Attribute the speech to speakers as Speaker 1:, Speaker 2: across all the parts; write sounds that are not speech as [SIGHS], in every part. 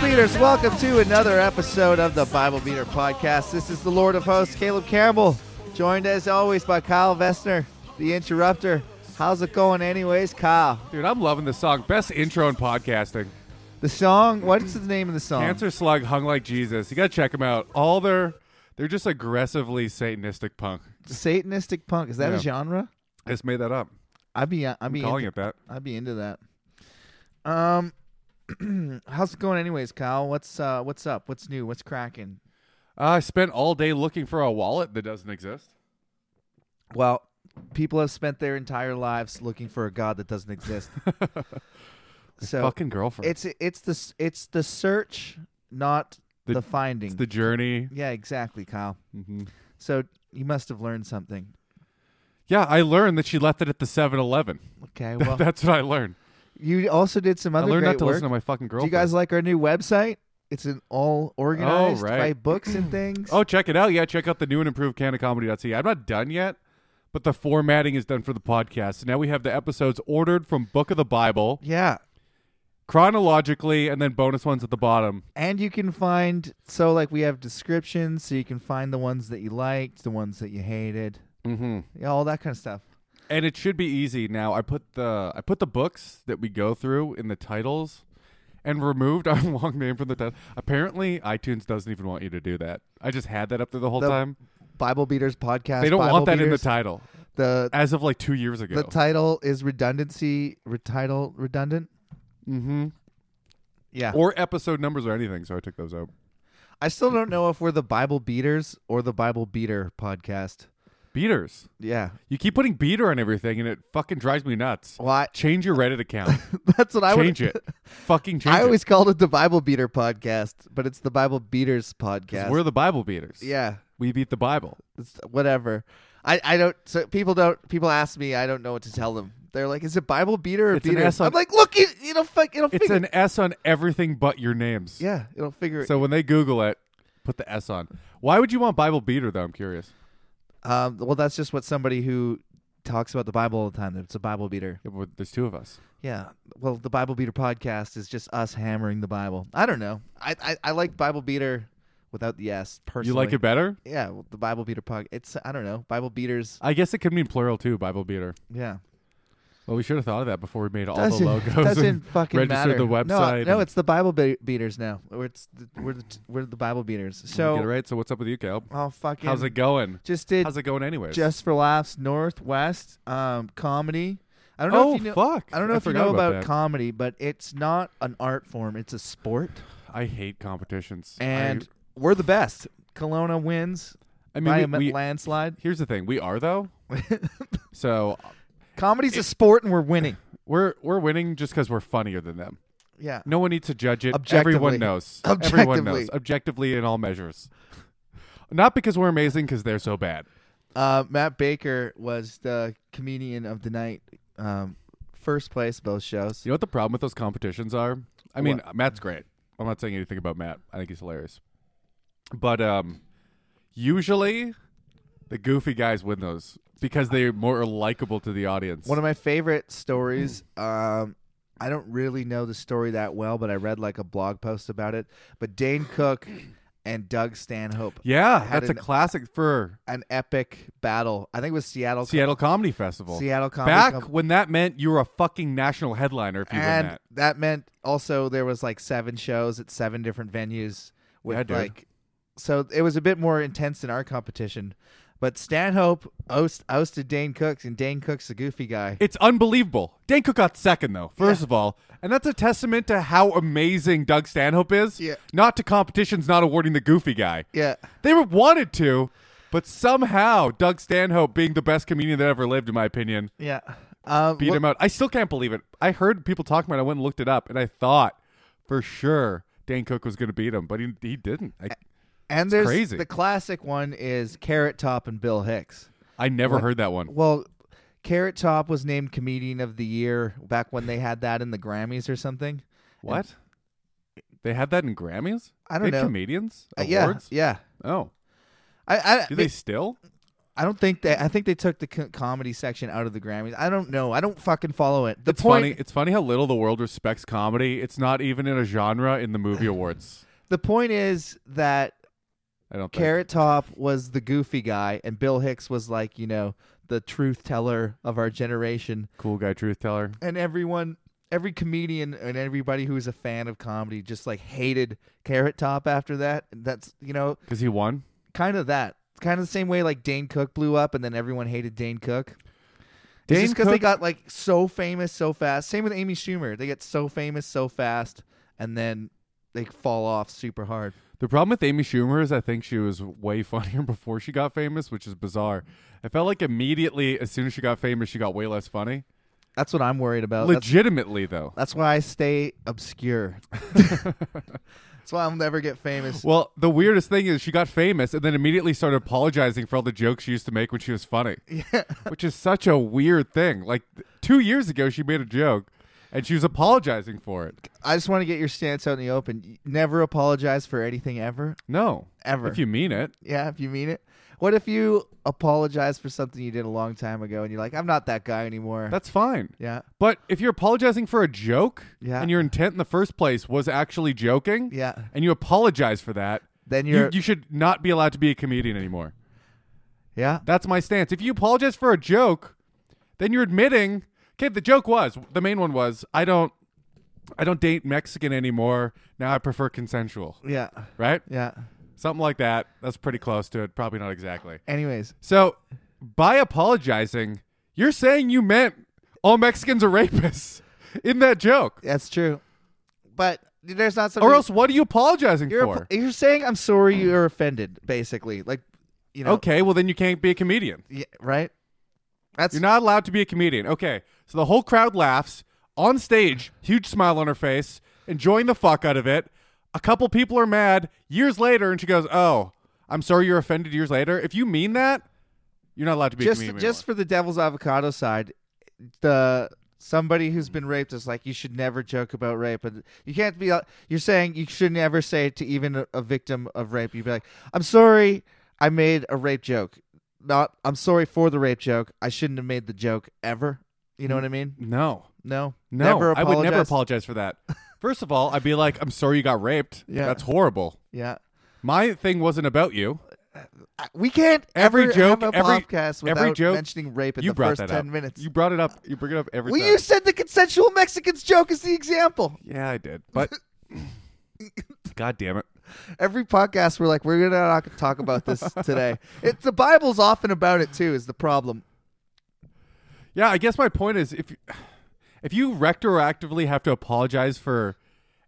Speaker 1: Beaters, welcome to another episode of the Bible Beater Podcast. This is the Lord of Hosts, Caleb Campbell, joined as always by Kyle Vestner, the interrupter. How's it going, anyways, Kyle?
Speaker 2: Dude, I'm loving this song. Best intro in podcasting.
Speaker 1: The song, what's the name of the song?
Speaker 2: Cancer Slug hung like Jesus. You gotta check them out. All their they're just aggressively satanistic punk.
Speaker 1: Satanistic Punk. Is that a
Speaker 2: Yeah.
Speaker 1: genre?
Speaker 2: I just made that up.
Speaker 1: I'd be, uh, I'd be,
Speaker 2: Calling
Speaker 1: into,
Speaker 2: it that.
Speaker 1: I'd be into that. Um, [CLEARS THROAT] how's it going, anyways, Kyle? What's, uh, what's up? What's new? What's cracking?
Speaker 2: I spent all day looking for a wallet that doesn't exist.
Speaker 1: Well, people have spent their entire lives looking for a god that doesn't
Speaker 2: [LAUGHS]
Speaker 1: exist. so
Speaker 2: Fucking girlfriend.
Speaker 1: it's it's the s- it's the search, not the,
Speaker 2: The-
Speaker 1: finding.
Speaker 2: It's the journey.
Speaker 1: yeah, exactly, Kyle.
Speaker 2: hmm
Speaker 1: So you must have learned something.
Speaker 2: Yeah, I learned that she left it at the 7-Eleven. [LAUGHS]
Speaker 1: Okay, well,
Speaker 2: That's what I learned.
Speaker 1: you also did some
Speaker 2: I
Speaker 1: other
Speaker 2: learned
Speaker 1: great
Speaker 2: not to
Speaker 1: work.
Speaker 2: listen to my fucking
Speaker 1: Do you
Speaker 2: girlfriend.
Speaker 1: guys like our new website? It's an all organized
Speaker 2: right.
Speaker 1: by books
Speaker 2: [CLEARS THROAT]
Speaker 1: and things.
Speaker 2: Oh, check it out. Yeah, check out the new and improved canocomedy.ca. I'm not done yet, but the formatting is done for the podcast. So now we have the episodes ordered from Book of the Bible,
Speaker 1: yeah.
Speaker 2: chronologically, and then bonus ones at the bottom.
Speaker 1: And you can find so like we have descriptions, so you can find the ones that you liked, the ones that you hated,
Speaker 2: Mm-hmm.
Speaker 1: yeah, all that kind of stuff.
Speaker 2: And it should be easy now. I put the I put the books that we go through in the titles, and removed [LAUGHS] our long name from the title. Apparently, iTunes doesn't even want you to do that. I just had that up there the whole
Speaker 1: The
Speaker 2: time.
Speaker 1: Bible Beaters podcast.
Speaker 2: They don't
Speaker 1: Bible
Speaker 2: want that in the
Speaker 1: Beaters.
Speaker 2: title.
Speaker 1: the
Speaker 2: As of like two years ago.
Speaker 1: the title is redundancy. Re- title redundant.
Speaker 2: mm-hmm.
Speaker 1: Yeah,
Speaker 2: Or episode numbers or anything. So I took those out.
Speaker 1: I still don't know if we're the Bible Beaters or the Bible Beater podcast.
Speaker 2: Beaters.
Speaker 1: Yeah,
Speaker 2: You keep putting beater on everything, and it fucking drives me nuts.
Speaker 1: well, I,
Speaker 2: Change your Reddit account.
Speaker 1: [LAUGHS] that's what [LAUGHS] I would
Speaker 2: change it. Fucking
Speaker 1: [LAUGHS]
Speaker 2: change
Speaker 1: I
Speaker 2: it.
Speaker 1: always called it the Bible Beater podcast, but it's the Bible Beaters
Speaker 2: 'Cause
Speaker 1: podcast.
Speaker 2: We're the Bible beaters.
Speaker 1: yeah,
Speaker 2: we beat the Bible.
Speaker 1: it's, whatever. I, I don't. So people don't. People ask me. I don't know what to tell them. They're like, "Is it Bible Beater or
Speaker 2: It's an
Speaker 1: Beater?"
Speaker 2: S on-
Speaker 1: I'm like, "Look, it, it'll fuck. It'll
Speaker 2: It's
Speaker 1: figure.
Speaker 2: an S on everything but your names.
Speaker 1: yeah, it'll figure it.
Speaker 2: So when they Google it, put the S on. Why would you want Bible beater though? I'm curious.
Speaker 1: Um, well, that's just what somebody who talks about the Bible all the time. that It's a Bible Beater.
Speaker 2: Yeah, but there's two of us.
Speaker 1: Yeah. Well, the Bible Beater podcast is just us hammering the Bible. I don't know. I I, I like Bible Beater without the S personally.
Speaker 2: You like it better?
Speaker 1: Yeah, well, the Bible Beater podcast. It's I don't know. Bible Beaters.
Speaker 2: I guess it could mean plural too. Bible beater.
Speaker 1: Yeah.
Speaker 2: Well, we should have thought of that before we made all
Speaker 1: doesn't,
Speaker 2: the logos.
Speaker 1: [LAUGHS] doesn't
Speaker 2: and
Speaker 1: fucking matter.
Speaker 2: registered the
Speaker 1: No, I-
Speaker 2: website.
Speaker 1: No,
Speaker 2: and-
Speaker 1: it's the Bible Be- Beaters now. We're it's the, we're the, we're the Bible Beaters.
Speaker 2: Get it
Speaker 1: So
Speaker 2: right. So what's up with you, Caleb?
Speaker 1: oh fucking
Speaker 2: How's it going?
Speaker 1: just did
Speaker 2: How's it going, anyways?
Speaker 1: just for laughs Northwest um comedy. I don't know
Speaker 2: oh
Speaker 1: if you know
Speaker 2: fuck!
Speaker 1: I don't know if you
Speaker 2: forgot
Speaker 1: know about,
Speaker 2: that.
Speaker 1: comedy, but it's not an art form; it's a sport,
Speaker 2: I hate competitions. I-
Speaker 1: and we're the best. Kelowna wins
Speaker 2: I,
Speaker 1: by a
Speaker 2: mean,
Speaker 1: ma-
Speaker 2: we- we-
Speaker 1: landslide.
Speaker 2: here's the thing: we
Speaker 1: [LAUGHS]
Speaker 2: are though. so
Speaker 1: Comedy's a sport, and we're
Speaker 2: [LAUGHS]
Speaker 1: winning.
Speaker 2: we're we're winning just because we're funnier than them.
Speaker 1: Yeah,
Speaker 2: No one needs to judge it.
Speaker 1: Objectively. [LAUGHS]
Speaker 2: Everyone knows. Everyone
Speaker 1: Objectively.
Speaker 2: knows objectively in all measures. Not because we're amazing, because they're so bad.
Speaker 1: uh, Matt Baker was the comedian of the night, um, first place both shows.
Speaker 2: You know what the problem with those competitions are? I mean, Matt's great. I'm not saying anything about Matt. I think he's hilarious. But um, usually, the goofy guys win those because they're more likable to the audience.
Speaker 1: One of my favorite stories.
Speaker 2: Hmm.
Speaker 1: Um, I don't really know the story that well, but I read like a blog post about it. But Dane
Speaker 2: [CLEARS THROAT]
Speaker 1: Cook and Doug Stanhope
Speaker 2: yeah,
Speaker 1: had
Speaker 2: that's a
Speaker 1: an-
Speaker 2: classic for
Speaker 1: an epic battle. I think it was Seattle.
Speaker 2: Seattle Comedy Festival.
Speaker 1: Seattle Comedy
Speaker 2: Back
Speaker 1: Com-
Speaker 2: when that meant you were a fucking national headliner if you
Speaker 1: and
Speaker 2: win that.
Speaker 1: meant also there was like seven shows at seven different venues
Speaker 2: Yeah,
Speaker 1: with
Speaker 2: dude.
Speaker 1: like so it was a bit more intense than our competition. But Stanhope oust, ousted Dane Cooks, and Dane Cook's a goofy
Speaker 2: [LAUGHS]
Speaker 1: guy.
Speaker 2: It's unbelievable. Dan Cook got second though, first of all. And that's a testament to how amazing Doug Stanhope is.
Speaker 1: Yeah.
Speaker 2: Not to competitions not awarding the goofy guy.
Speaker 1: yeah,
Speaker 2: They were wanted to, but somehow Doug Stanhope being the best comedian that ever lived, in my opinion,
Speaker 1: yeah. Um,
Speaker 2: beat
Speaker 1: wh-
Speaker 2: him out. I still can't believe it. I heard people talking about it. I went and looked it up and I thought for sure Dan Cook was gonna beat him, but he he didn't. I,
Speaker 1: and there's
Speaker 2: crazy.
Speaker 1: the classic one is Carrot Top and Bill Hicks.
Speaker 2: I never heard that one.
Speaker 1: Well, Carrot Top was named Comedian of the Year back when they had that in the Grammys or something.
Speaker 2: What? They had that in Grammys?
Speaker 1: I don't
Speaker 2: They had
Speaker 1: know.
Speaker 2: comedians?
Speaker 1: Uh, yeah,
Speaker 2: Awards?
Speaker 1: yeah.
Speaker 2: Oh.
Speaker 1: I, I
Speaker 2: Do they still?
Speaker 1: I don't think they. I think they took the co- comedy section out of the Grammys. I don't know. I don't fucking follow it. The
Speaker 2: it's
Speaker 1: point.
Speaker 2: funny. It's funny how little the world respects comedy. It's not even in a genre in
Speaker 1: [SIGHS]
Speaker 2: the movie awards.
Speaker 1: The point is that
Speaker 2: I don't think.
Speaker 1: Carrot Top was the goofy guy, and Bill Hicks was like you know the truth teller of our generation,
Speaker 2: cool guy truth teller.
Speaker 1: and everyone. Every comedian and everybody who was a fan of comedy just like hated Carrot Top after that. That's you know
Speaker 2: Because he won.
Speaker 1: kind of that. It's kind of the same way like Dane Cook blew up and then everyone hated Dane Cook.
Speaker 2: Dane
Speaker 1: Dane just because they
Speaker 2: Cook-
Speaker 1: got like so famous so fast. Same with Amy Schumer. They get so famous so fast and then they fall off super hard.
Speaker 2: The problem with Amy Schumer is I think she was way [LAUGHS] funnier before she got famous, which is bizarre. I felt like immediately as soon as she got famous, she got way less funny.
Speaker 1: That's what I'm worried about. Oh, That's,
Speaker 2: Legitimately though.
Speaker 1: that's why I stay obscure. [LAUGHS] that's why I'll never get famous.
Speaker 2: Well, the weirdest thing is she got famous and then immediately started apologizing for all the jokes she used to make when she was funny.
Speaker 1: [LAUGHS] Yeah.
Speaker 2: which is such a weird thing. Like th- two years ago, she made a joke, and she was apologizing for it.
Speaker 1: I just want to get your stance out in the open. You Never apologize for anything ever,
Speaker 2: No,
Speaker 1: ever.
Speaker 2: if you mean it,
Speaker 1: Yeah, if you mean it. What if you apologize for something you did a long time ago and you're like, I'm not that guy anymore?
Speaker 2: that's fine.
Speaker 1: yeah.
Speaker 2: But if you're apologizing for a joke,
Speaker 1: Yeah.
Speaker 2: and your intent in the first place was actually joking,
Speaker 1: Yeah.
Speaker 2: and you apologize for that,
Speaker 1: Then
Speaker 2: you
Speaker 1: you're
Speaker 2: you should not be allowed to be a comedian anymore.
Speaker 1: Yeah.
Speaker 2: That's my stance. If you apologize for a joke, then you're admitting, okay, the joke was the main one was I don't. I don't date Mexican anymore. Now I prefer consensual,
Speaker 1: Yeah.
Speaker 2: right?
Speaker 1: Yeah.
Speaker 2: Something like that. That's pretty close to it. Probably not exactly.
Speaker 1: Anyways,
Speaker 2: So, by apologizing, you're saying you meant all Mexicans are rapists [LAUGHS] in that joke.
Speaker 1: that's true. But there's not something
Speaker 2: Or else, what are you apologizing
Speaker 1: you're
Speaker 2: for?
Speaker 1: ap- you're saying I'm sorry you're offended basically. Like, you know,
Speaker 2: okay, well, then you can't be a comedian.
Speaker 1: yeah, right? That's
Speaker 2: You're not allowed to be a comedian. Okay, so the whole crowd laughs on stage, huge smile on her face, enjoying the fuck out of it. A couple people are mad years later, and she goes, Oh, I'm sorry you're offended years later. If you mean that, you're not allowed to be a
Speaker 1: just
Speaker 2: comedian.
Speaker 1: just for the devil's avocado side, the somebody who's been raped is like you should never joke about rape, and you can't be. uh, You're saying you should never say it to even a, a victim of rape. You'd be like, I'm sorry, I made a rape joke. Not, I'm sorry for the rape joke. I shouldn't have made the joke ever. You know what I mean?
Speaker 2: anymore. No.
Speaker 1: No,
Speaker 2: No,
Speaker 1: never
Speaker 2: I would never
Speaker 1: apologize.
Speaker 2: apologize for that. First of all, I'd be like, "I'm sorry you got raped.
Speaker 1: [LAUGHS] Yeah.
Speaker 2: That's horrible.
Speaker 1: Yeah,
Speaker 2: My thing wasn't about you.
Speaker 1: I- we can't
Speaker 2: Every
Speaker 1: ever
Speaker 2: joke-
Speaker 1: have a
Speaker 2: every-
Speaker 1: podcast
Speaker 2: every
Speaker 1: without
Speaker 2: joke-
Speaker 1: mentioning rape in
Speaker 2: you
Speaker 1: the
Speaker 2: brought
Speaker 1: first
Speaker 2: that
Speaker 1: ten
Speaker 2: up.
Speaker 1: minutes.
Speaker 2: You brought it up. You bring it up every
Speaker 1: well,
Speaker 2: time.
Speaker 1: you said the consensual Mexicans joke is the example.
Speaker 2: yeah, I did.
Speaker 1: [LAUGHS]
Speaker 2: But God damn it.
Speaker 1: every podcast we're like we're gonna not talk about
Speaker 2: [LAUGHS]
Speaker 1: this today it's the bible's often about it too is the problem
Speaker 2: Yeah, I guess my point is if if you retroactively have to apologize for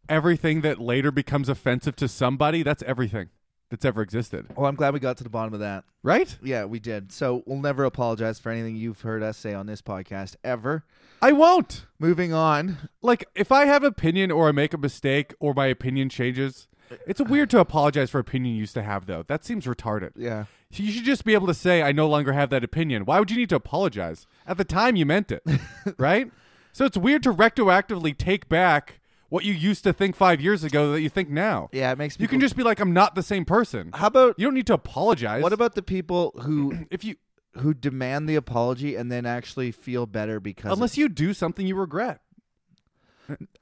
Speaker 2: everything that later becomes offensive to somebody, that's everything that's ever existed,
Speaker 1: well i'm glad we got to the bottom of that
Speaker 2: right?
Speaker 1: yeah we did so we'll never apologize for anything you've heard us say on this podcast ever
Speaker 2: I won't.
Speaker 1: moving on
Speaker 2: Like if I have opinion or I make a mistake or my opinion changes, it's weird to apologize for opinion you used to have though. That seems retarded.
Speaker 1: yeah
Speaker 2: You should just be able to say, I no longer have that opinion. Why would you need to apologize? At the time, you
Speaker 1: [LAUGHS]
Speaker 2: meant it, right? So it's weird to retroactively take back what you used to think five years ago that you think now.
Speaker 1: yeah it makes
Speaker 2: You can
Speaker 1: people-
Speaker 2: just be like, I'm not the same person.
Speaker 1: how about
Speaker 2: You don't need to apologize.
Speaker 1: what about the people who
Speaker 2: if you,
Speaker 1: who demand the apology and then actually feel better because of-
Speaker 2: unless you do something you regret?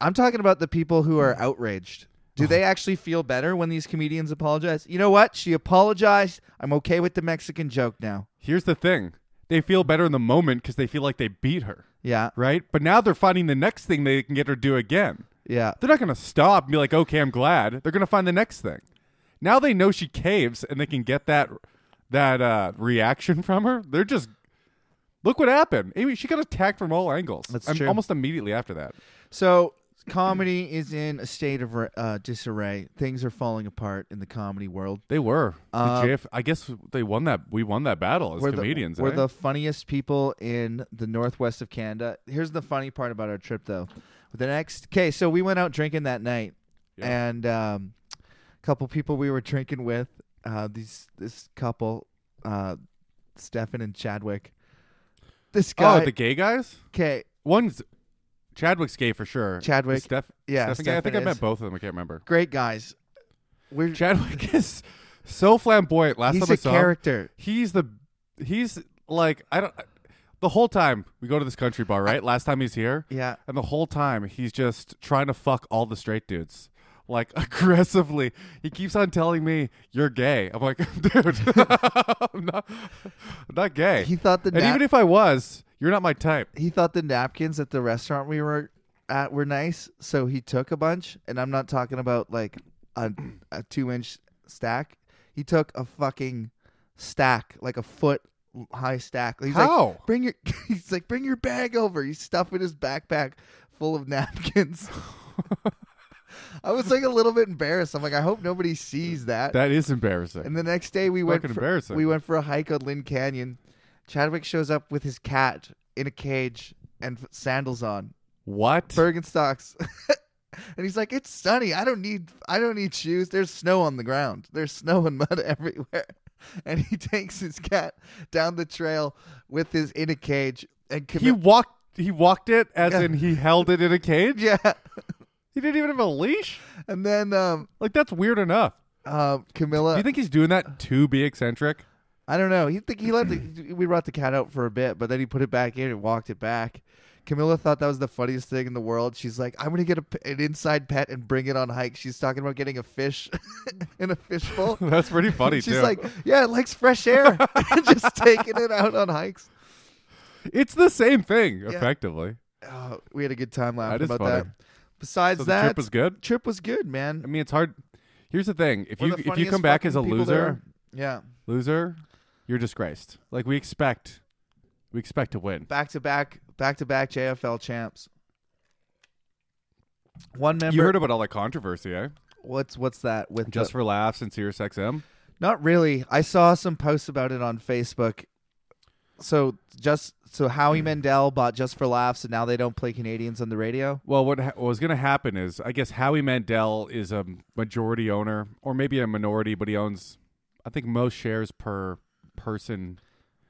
Speaker 1: i'm talking about the people who are outraged do they actually feel better when these comedians apologize? You know what? She apologized. I'm okay with the Mexican joke now.
Speaker 2: Here's the thing they feel better in the moment because they feel like they beat her,
Speaker 1: Yeah.
Speaker 2: right? But now they're finding the next thing they can get her to do again.
Speaker 1: Yeah.
Speaker 2: They're not going to stop and be like, okay, I'm glad. They're going to find the next thing. Now they know she caves and they can get that that uh, reaction from her. They're just look what happened. Amy, she got attacked from all angles.
Speaker 1: That's
Speaker 2: I'm-
Speaker 1: true.
Speaker 2: Almost immediately after that.
Speaker 1: So comedy is in a state of uh, disarray. Things are falling apart in the comedy world.
Speaker 2: They were. The
Speaker 1: Uh,
Speaker 2: JF I guess they won that. We won that battle as comedians.
Speaker 1: the, we're
Speaker 2: eh?
Speaker 1: the funniest people in the northwest of Canada. Here's the funny part about our trip, though. The next, okay, so we went out drinking that night,
Speaker 2: Yeah.
Speaker 1: and um, a couple people we were drinking with, uh, these this couple, uh, Stefan and Chadwick. This
Speaker 2: oh,
Speaker 1: guy,
Speaker 2: the gay guys.
Speaker 1: okay,
Speaker 2: One's Chadwick's gay for sure.
Speaker 1: Chadwick.
Speaker 2: Steph,
Speaker 1: Yeah,
Speaker 2: Stefan gay? I
Speaker 1: Stefan
Speaker 2: think I
Speaker 1: is.
Speaker 2: met both of them. I can't remember.
Speaker 1: great guys. We're
Speaker 2: Chadwick [LAUGHS] is so flamboyant. Last
Speaker 1: he's
Speaker 2: time I
Speaker 1: a
Speaker 2: saw him,
Speaker 1: character.
Speaker 2: he's the he's like I don't. The whole time we go to this country bar, right? Last time he's here,
Speaker 1: Yeah.
Speaker 2: and the whole time he's just trying to fuck all the straight dudes. Like [LAUGHS] aggressively, he keeps on telling me you're gay. I'm like, [LAUGHS] dude, I'm not, I'm not gay.
Speaker 1: He thought the
Speaker 2: and
Speaker 1: nap-
Speaker 2: even if I was, you're not my type.
Speaker 1: he thought the napkins at the restaurant we were at were nice, so he took a bunch. And I'm not talking about like a, a two inch stack. He took a fucking stack, like a foot high stack. He's
Speaker 2: How?
Speaker 1: like, bring your. [LAUGHS] He's like, bring your bag over. He's stuffing his backpack full of [LAUGHS] napkins. I was like a little bit embarrassed. I'm like, I hope nobody sees that.
Speaker 2: That is embarrassing.
Speaker 1: And the next day we went
Speaker 2: fucking
Speaker 1: for,
Speaker 2: embarrassing.
Speaker 1: we went for a hike on Lynn Canyon. Chadwick shows up with his cat in a cage and f- sandals on,
Speaker 2: what?
Speaker 1: Bergenstocks. [LAUGHS] and he's like, "It's sunny. I don't need I don't need shoes. There's snow on the ground. There's snow and mud [LAUGHS] everywhere." And he takes his cat down the trail with his in a cage and
Speaker 2: he
Speaker 1: commi-
Speaker 2: walked. He walked it as
Speaker 1: Yeah.
Speaker 2: in he held it in a
Speaker 1: [LAUGHS]
Speaker 2: cage.
Speaker 1: yeah.
Speaker 2: He didn't even have a leash.
Speaker 1: And then um
Speaker 2: Like that's weird enough.
Speaker 1: um Camilla
Speaker 2: Do you think he's doing that to be eccentric? [LAUGHS]
Speaker 1: I don't know. He think he let the, we brought the cat out for a bit, but then he put it back in and walked it back. Camilla thought that was the funniest thing in the world. She's like, "I'm gonna get a p an inside pet and bring it on hike." She's talking about getting a fish [LAUGHS] in a fishbowl.
Speaker 2: That's pretty [LAUGHS] funny
Speaker 1: She's
Speaker 2: too.
Speaker 1: like, "Yeah, it likes fresh
Speaker 2: [LAUGHS]
Speaker 1: air." [LAUGHS] Just taking it out on hikes.
Speaker 2: it's the same thing effectively.
Speaker 1: Oh, we had a good time
Speaker 2: That
Speaker 1: laughing
Speaker 2: is
Speaker 1: about
Speaker 2: funny.
Speaker 1: that. Besides
Speaker 2: So the
Speaker 1: that,
Speaker 2: trip was good.
Speaker 1: trip was good, man.
Speaker 2: I mean, it's hard. Here's the thing: if
Speaker 1: One
Speaker 2: you
Speaker 1: of the
Speaker 2: if you
Speaker 1: funniest
Speaker 2: come back as a
Speaker 1: fucking people
Speaker 2: loser,
Speaker 1: there are. yeah,
Speaker 2: loser, you're disgraced. Like we expect, we expect to win.
Speaker 1: back to back, back to back JFL champs. One member.
Speaker 2: You heard about all that controversy, eh?
Speaker 1: what's what's that with
Speaker 2: Just
Speaker 1: the-
Speaker 2: for laughs and Sirius XM.
Speaker 1: Not really. I saw some posts about it on Facebook. So just so Howie
Speaker 2: Mm.
Speaker 1: Mandel bought Just for Laughs, and now they don't play Canadians on the radio.
Speaker 2: Well, what, ha- what was going to happen is, I guess Howie Mandel is a majority owner, or maybe a minority, but he owns, I think, most shares per person.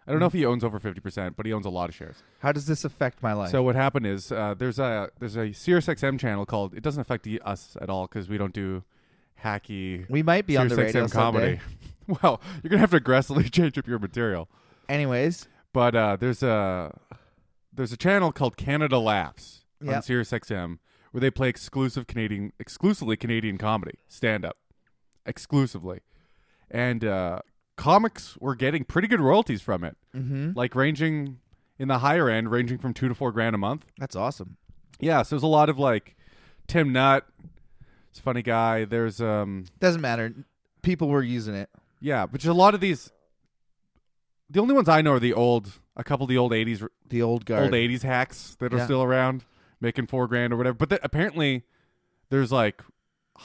Speaker 2: I don't know if he owns over fifty percent, but he owns a lot of shares.
Speaker 1: How does this affect my life?
Speaker 2: So what happened is uh, there's a there's a Sirius XM channel called. It doesn't affect the- us at all because we don't do hacky.
Speaker 1: we might be on the
Speaker 2: Sirius
Speaker 1: radio
Speaker 2: XM comedy. [LAUGHS]
Speaker 1: someday.
Speaker 2: well, you're gonna have to aggressively [LAUGHS] change up your material.
Speaker 1: Anyways,
Speaker 2: But uh, there's a there's a channel called Canada Laughs on
Speaker 1: Yep.
Speaker 2: Sirius XM where they play exclusive Canadian exclusively Canadian comedy stand up exclusively, and uh, comics were getting pretty good royalties from it,
Speaker 1: hmm
Speaker 2: like ranging in the higher end, ranging from two to four grand a month.
Speaker 1: that's awesome.
Speaker 2: Yeah, so there's a lot of like Tim Nutt, it's a funny guy. There's um
Speaker 1: Doesn't matter. People were using it.
Speaker 2: yeah, but just a lot of these. The only ones I know are the old, a couple of the old '80s, r-
Speaker 1: The old guard.
Speaker 2: old '80s hacks that are
Speaker 1: Yeah.
Speaker 2: still around, making four grand or whatever. But th- apparently, there's like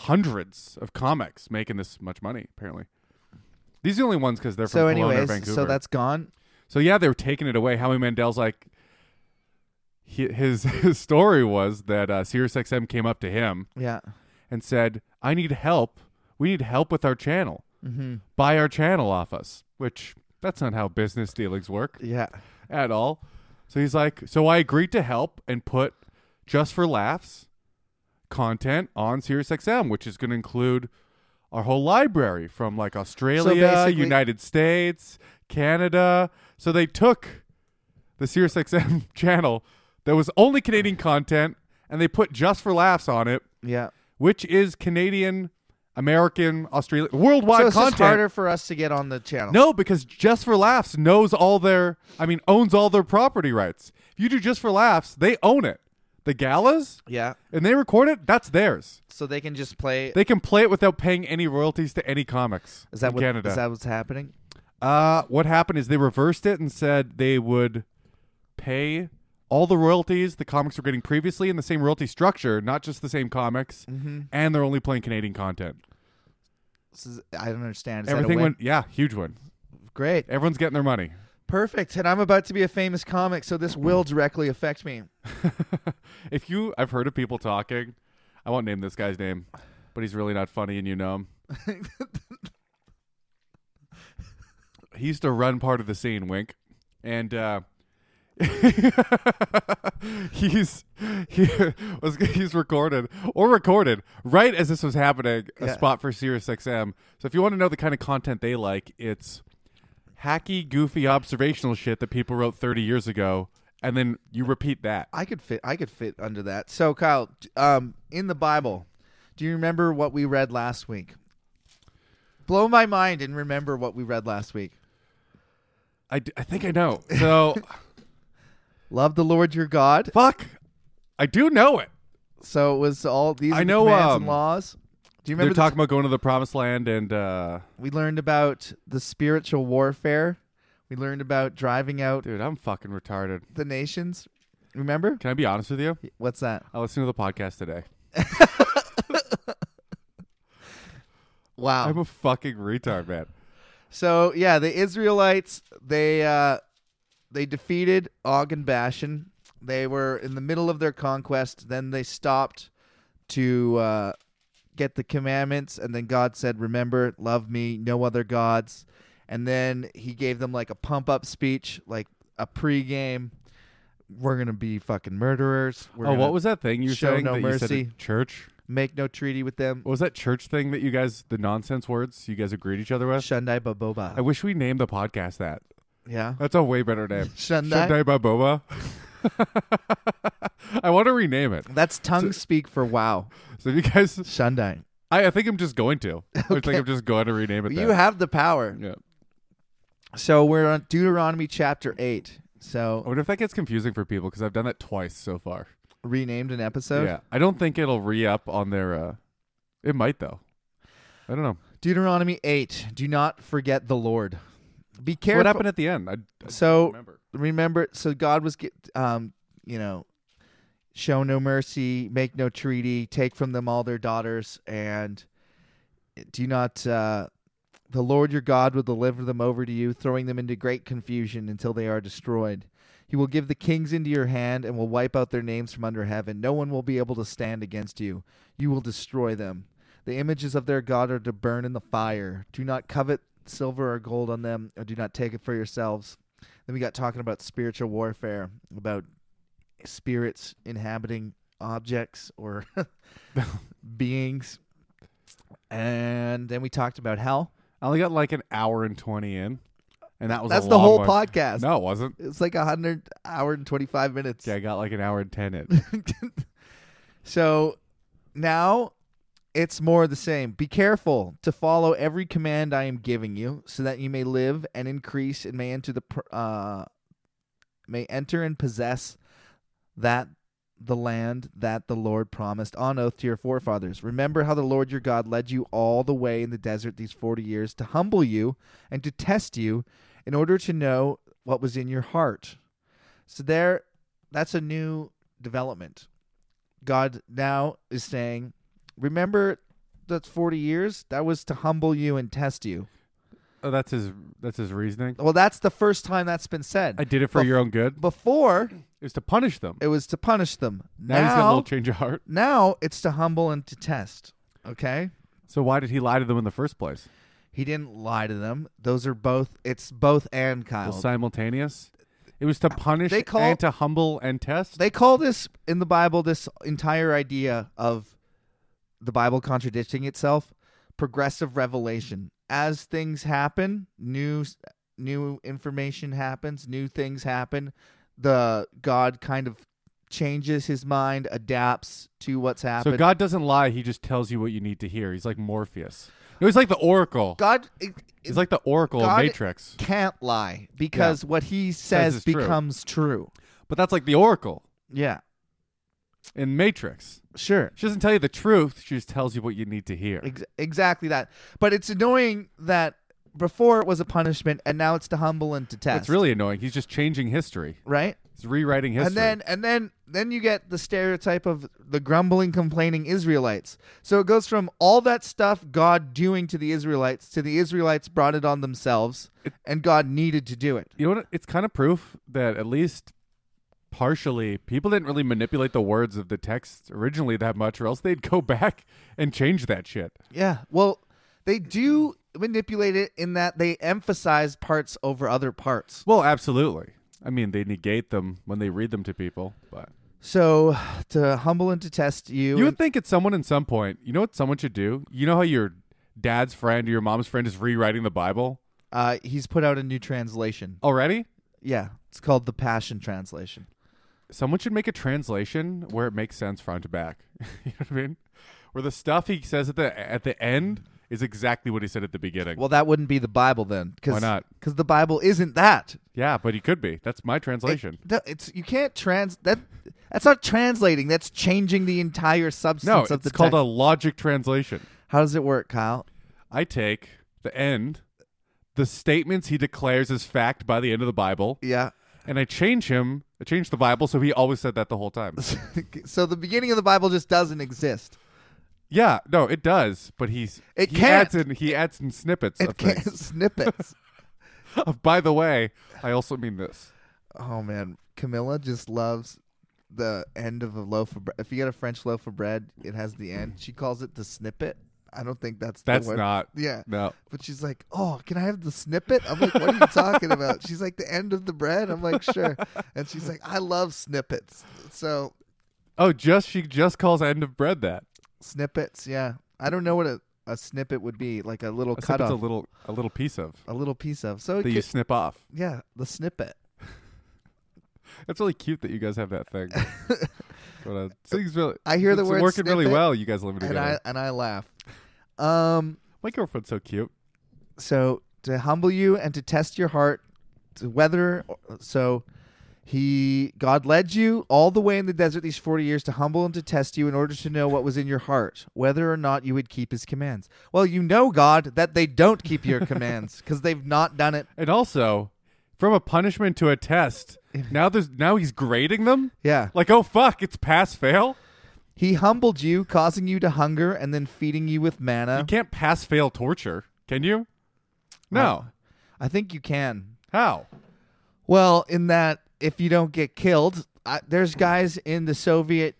Speaker 2: hundreds of comics making this much money. Apparently, these are the only ones because they're from
Speaker 1: so,
Speaker 2: Kelowna or
Speaker 1: anyways,
Speaker 2: Vancouver.
Speaker 1: so that's gone.
Speaker 2: So yeah, they were taking it away. Howie Mandel's like, he, his [LAUGHS] his story was that uh, SiriusXM came up to him
Speaker 1: Yeah.
Speaker 2: and said, "I need help. We need help with our channel.
Speaker 1: hmm
Speaker 2: Buy our channel off us." Which that's not how business dealings work
Speaker 1: Yeah.
Speaker 2: at all. So he's like, "So I agreed to help and put just for laughs content on SiriusXM, which is going to include our whole library from like Australia,
Speaker 1: basically-
Speaker 2: United States, Canada." So they took the SiriusXM [LAUGHS] channel that was only Canadian content and they put just for laughs on it
Speaker 1: Yeah.
Speaker 2: which is Canadian, American, Australian, worldwide
Speaker 1: so it's just
Speaker 2: content.
Speaker 1: harder for us to get on the channel.
Speaker 2: No, because Just for Laughs knows all their, I mean, owns all their property rights. If you do Just for Laughs, they own it. The galas
Speaker 1: Yeah.
Speaker 2: and they record it. That's theirs.
Speaker 1: So they can just play.
Speaker 2: They can play it without paying any royalties to any comics
Speaker 1: is that
Speaker 2: in
Speaker 1: what?
Speaker 2: Canada.
Speaker 1: Is that what's happening?
Speaker 2: Uh, what happened is they reversed it and said they would pay all the royalties the comics were getting previously in the same royalty structure, not just the same comics,
Speaker 1: Mm-hmm.
Speaker 2: and they're only playing Canadian content.
Speaker 1: This is- I don't understand. Is that a
Speaker 2: Everything
Speaker 1: win?
Speaker 2: went, yeah, huge win.
Speaker 1: great.
Speaker 2: Everyone's getting their money.
Speaker 1: Perfect. And I'm about to be a famous comic, so this will directly affect me.
Speaker 2: if you, I've heard of people talking. I won't name this guy's name, but he's really not funny, and you know him. he used to run part of the scene, wink, and uh, [LAUGHS] he's he was he's recorded or recorded right as this was happening. A
Speaker 1: Yeah.
Speaker 2: spot for Sirius XM. So if you want to know the kind of content they like, it's hacky, goofy, observational shit that people wrote 30 years ago, and then you repeat that.
Speaker 1: I could fit. I could fit under that. So, Kyle, d- um, in the Bible, do you remember what we read last week? Blow my mind and remember what we read last week.
Speaker 2: I, d- I think I know.
Speaker 1: [LAUGHS]
Speaker 2: So,
Speaker 1: Love the Lord your God.
Speaker 2: fuck. I do know it.
Speaker 1: So it was all these.
Speaker 2: I
Speaker 1: are the
Speaker 2: know,
Speaker 1: commands
Speaker 2: um,
Speaker 1: and laws. Do you
Speaker 2: They're
Speaker 1: remember the
Speaker 2: talking about going to the promised land and uh
Speaker 1: We learned about the spiritual warfare. We learned about driving out
Speaker 2: dude, I'm fucking retarded.
Speaker 1: the nations. Remember?
Speaker 2: Can I be honest with you?
Speaker 1: What's that?
Speaker 2: I listened to the podcast today.
Speaker 1: Wow.
Speaker 2: I'm a fucking retard, man.
Speaker 1: so yeah, the Israelites they uh, they defeated Og and Bashan. They were in the middle of their conquest. Then they stopped to uh, get the commandments, and then God said, "Remember, love me, no other gods." And then He gave them like a pump-up speech, like a pregame. We're gonna be fucking murderers. We're
Speaker 2: oh,
Speaker 1: gonna
Speaker 2: what was that thing you were
Speaker 1: show
Speaker 2: saying?
Speaker 1: no
Speaker 2: that you said at
Speaker 1: mercy.
Speaker 2: church.
Speaker 1: make no treaty with them?
Speaker 2: What was that church thing that you guys the nonsense words you guys agreed each other with?
Speaker 1: Shundai
Speaker 2: I
Speaker 1: Baboba.
Speaker 2: wish we named the podcast that.
Speaker 1: Yeah.
Speaker 2: That's a way better
Speaker 1: [LAUGHS]
Speaker 2: name.
Speaker 1: Shundai.
Speaker 2: Shundai Baboba. [LAUGHS] I want to rename it.
Speaker 1: That's tongue speak for wow.
Speaker 2: So if you guys,
Speaker 1: Shundai.
Speaker 2: I, I think I'm just going to. I think I'm just going to rename it.
Speaker 1: You
Speaker 2: that.
Speaker 1: have the power.
Speaker 2: yeah.
Speaker 1: So we're on Deuteronomy chapter 8.
Speaker 2: I
Speaker 1: So
Speaker 2: wonder if that gets confusing for people because I've done that twice so far.
Speaker 1: renamed an episode.
Speaker 2: Yeah, I don't think it'll re up on their. uh It might though. I don't know.
Speaker 1: Deuteronomy 8. Do not forget the Lord. Be careful.
Speaker 2: What happened at the end? I, I don't
Speaker 1: So
Speaker 2: remember.
Speaker 1: remember so God was get, um you know show no mercy, make no treaty, take from them all their daughters and do not uh the Lord your God will deliver them over to you, throwing them into great confusion until they are destroyed. He will give the kings into your hand and will wipe out their names from under heaven. No one will be able to stand against you. You will destroy them. The images of their God are to burn in the fire. Do not covet silver or gold on them, or do not take it for yourselves. Then we got talking about spiritual warfare, about spirits inhabiting objects or [LAUGHS] beings. And then we talked about hell.
Speaker 2: I only got like an hour and twenty in, and that was a
Speaker 1: That's the
Speaker 2: long
Speaker 1: whole
Speaker 2: one.
Speaker 1: podcast.
Speaker 2: No, it wasn't.
Speaker 1: It's like a hundred hour and twenty five minutes.
Speaker 2: Yeah, I got like an hour and ten in.
Speaker 1: [LAUGHS] so now it's more of the same. Be careful to follow every command I am giving you, so that you may live and increase, and may enter the pr- uh, may enter and possess that the land that the Lord promised on oath to your forefathers. Remember how the Lord your God led you all the way in the desert these 40 years to humble you and to test you in order to know what was in your heart. So there that's a new development. God now is saying, remember that's 40 years that was to humble you and test you.
Speaker 2: oh, that's his. That's his reasoning.
Speaker 1: Well, that's the first time that's been said.
Speaker 2: I did it for
Speaker 1: Bef-
Speaker 2: your own good.
Speaker 1: Before
Speaker 2: It was to punish them.
Speaker 1: it was to punish them.
Speaker 2: now, he's got a little change of heart.
Speaker 1: Now it's to humble and to test. Okay?
Speaker 2: So why did he lie to them in the first place?
Speaker 1: He didn't lie to them. Those are both it's both and
Speaker 2: It
Speaker 1: Kyle.
Speaker 2: was simultaneous. It was to punish
Speaker 1: They call-
Speaker 2: and to humble and test.
Speaker 1: they call this in the Bible this entire idea of the Bible contradicting itself progressive revelation. As things happen, new new information happens, new things happen. The God kind of changes his mind, adapts to what's happened.
Speaker 2: so God doesn't lie. He just tells you what you need to hear. He's like Morpheus. No, he's like the Oracle.
Speaker 1: God it-
Speaker 2: he's like the Oracle of
Speaker 1: God-
Speaker 2: Matrix.
Speaker 1: can't lie because what he says,
Speaker 2: is true.
Speaker 1: becomes true.
Speaker 2: But that's like the Oracle
Speaker 1: Yeah,
Speaker 2: in Matrix.
Speaker 1: sure.
Speaker 2: She doesn't tell you the truth. She just tells you what you need to hear.
Speaker 1: Ex- exactly that. But it's annoying that before it was a punishment and now it's to humble and to test.
Speaker 2: That's really annoying. He's just changing history.
Speaker 1: right?
Speaker 2: He's rewriting history.
Speaker 1: And then and then then you get the stereotype of the grumbling, complaining Israelites. So it goes from all that stuff God doing to the Israelites to the Israelites brought it on themselves and God needed to do it.
Speaker 2: you know what? It's kind of proof that at least partially people didn't really manipulate the words of the text originally that much, or else they'd go [LAUGHS] back and change that shit.
Speaker 1: Yeah. Well, they do manipulate it in that they emphasize parts over other parts.
Speaker 2: Well, absolutely. I mean, they negate them when they read them to people, but.
Speaker 1: So to humble and to test you,
Speaker 2: You would think it's someone at some point. You know what someone should do? You know how your dad's friend or your mom's friend is rewriting the Bible?
Speaker 1: Uh, he's put out a new translation.
Speaker 2: Already?
Speaker 1: Yeah, it's called the Passion Translation.
Speaker 2: Someone should make a translation where it makes sense front to back. [LAUGHS] you know what I mean? Where the stuff he says at the at the end is exactly what he said at the beginning.
Speaker 1: Well, that wouldn't be the Bible then. Cause,
Speaker 2: Why not?
Speaker 1: Because the Bible isn't that.
Speaker 2: yeah, but he could be. That's my translation.
Speaker 1: It- th- it's you can't trans that. That's not translating. That's changing the entire substance
Speaker 2: no,
Speaker 1: of
Speaker 2: it's
Speaker 1: the
Speaker 2: called a
Speaker 1: text.
Speaker 2: logic translation.
Speaker 1: How does it work, Kyle?
Speaker 2: I take the end, the statements he declares as fact by the end of the Bible,
Speaker 1: Yeah. [LAUGHS]
Speaker 2: and I change him. I change the Bible so he always said that the whole time.
Speaker 1: so the beginning of the Bible just doesn't exist.
Speaker 2: yeah, no, it does, but he's
Speaker 1: It
Speaker 2: he
Speaker 1: can't.
Speaker 2: adds in he adds in snippets
Speaker 1: It
Speaker 2: of
Speaker 1: can't
Speaker 2: things.
Speaker 1: [LAUGHS] snippets.
Speaker 2: Of, [LAUGHS] by the way, I also mean this.
Speaker 1: oh man, Camilla just loves the end of a loaf of bread. If you get a French loaf of bread, it has the end. She calls it the snippet. I don't think that's the
Speaker 2: That's
Speaker 1: word.
Speaker 2: not.
Speaker 1: Yeah.
Speaker 2: No.
Speaker 1: But she's like, "Oh, can I have the snippet?" I'm like, "What are you talking about?" She's like, "The end of the bread." I'm like, "Sure." And she's like, "I love snippets." So
Speaker 2: Oh, just she just calls end of bread that.
Speaker 1: snippets, yeah. I don't know what a, a snippet would be, like a little
Speaker 2: A
Speaker 1: cut off,
Speaker 2: snippet's
Speaker 1: Oh,
Speaker 2: a
Speaker 1: a,
Speaker 2: little a little piece of
Speaker 1: little piece of. So it
Speaker 2: that you
Speaker 1: could,
Speaker 2: snip off.
Speaker 1: yeah, the snippet.
Speaker 2: That's really cute that you guys have
Speaker 1: [LAUGHS]
Speaker 2: that thing. but, uh, things really,
Speaker 1: I hear the
Speaker 2: it's
Speaker 1: word
Speaker 2: working really
Speaker 1: snippet,
Speaker 2: well. You guys living
Speaker 1: And
Speaker 2: together.
Speaker 1: I and I laugh. Um.
Speaker 2: My girlfriend's so cute.
Speaker 1: so to humble you and to test your heart to whether so he god led you all the way in the desert these 40 years to humble and to test you in order to know what was in your heart whether or not you would keep his commands well you know god that they don't keep your commands because they've not done it
Speaker 2: And also, from a punishment to a test, now there's now he's grading them.
Speaker 1: yeah
Speaker 2: Like, oh fuck, it's pass fail.
Speaker 1: he humbled you causing you to hunger and then feeding you with
Speaker 2: You
Speaker 1: manna
Speaker 2: can't pass fail torture, can you? No.
Speaker 1: i think you can
Speaker 2: How?
Speaker 1: Well, in that if you don't get killed, I, there's guys in the Soviet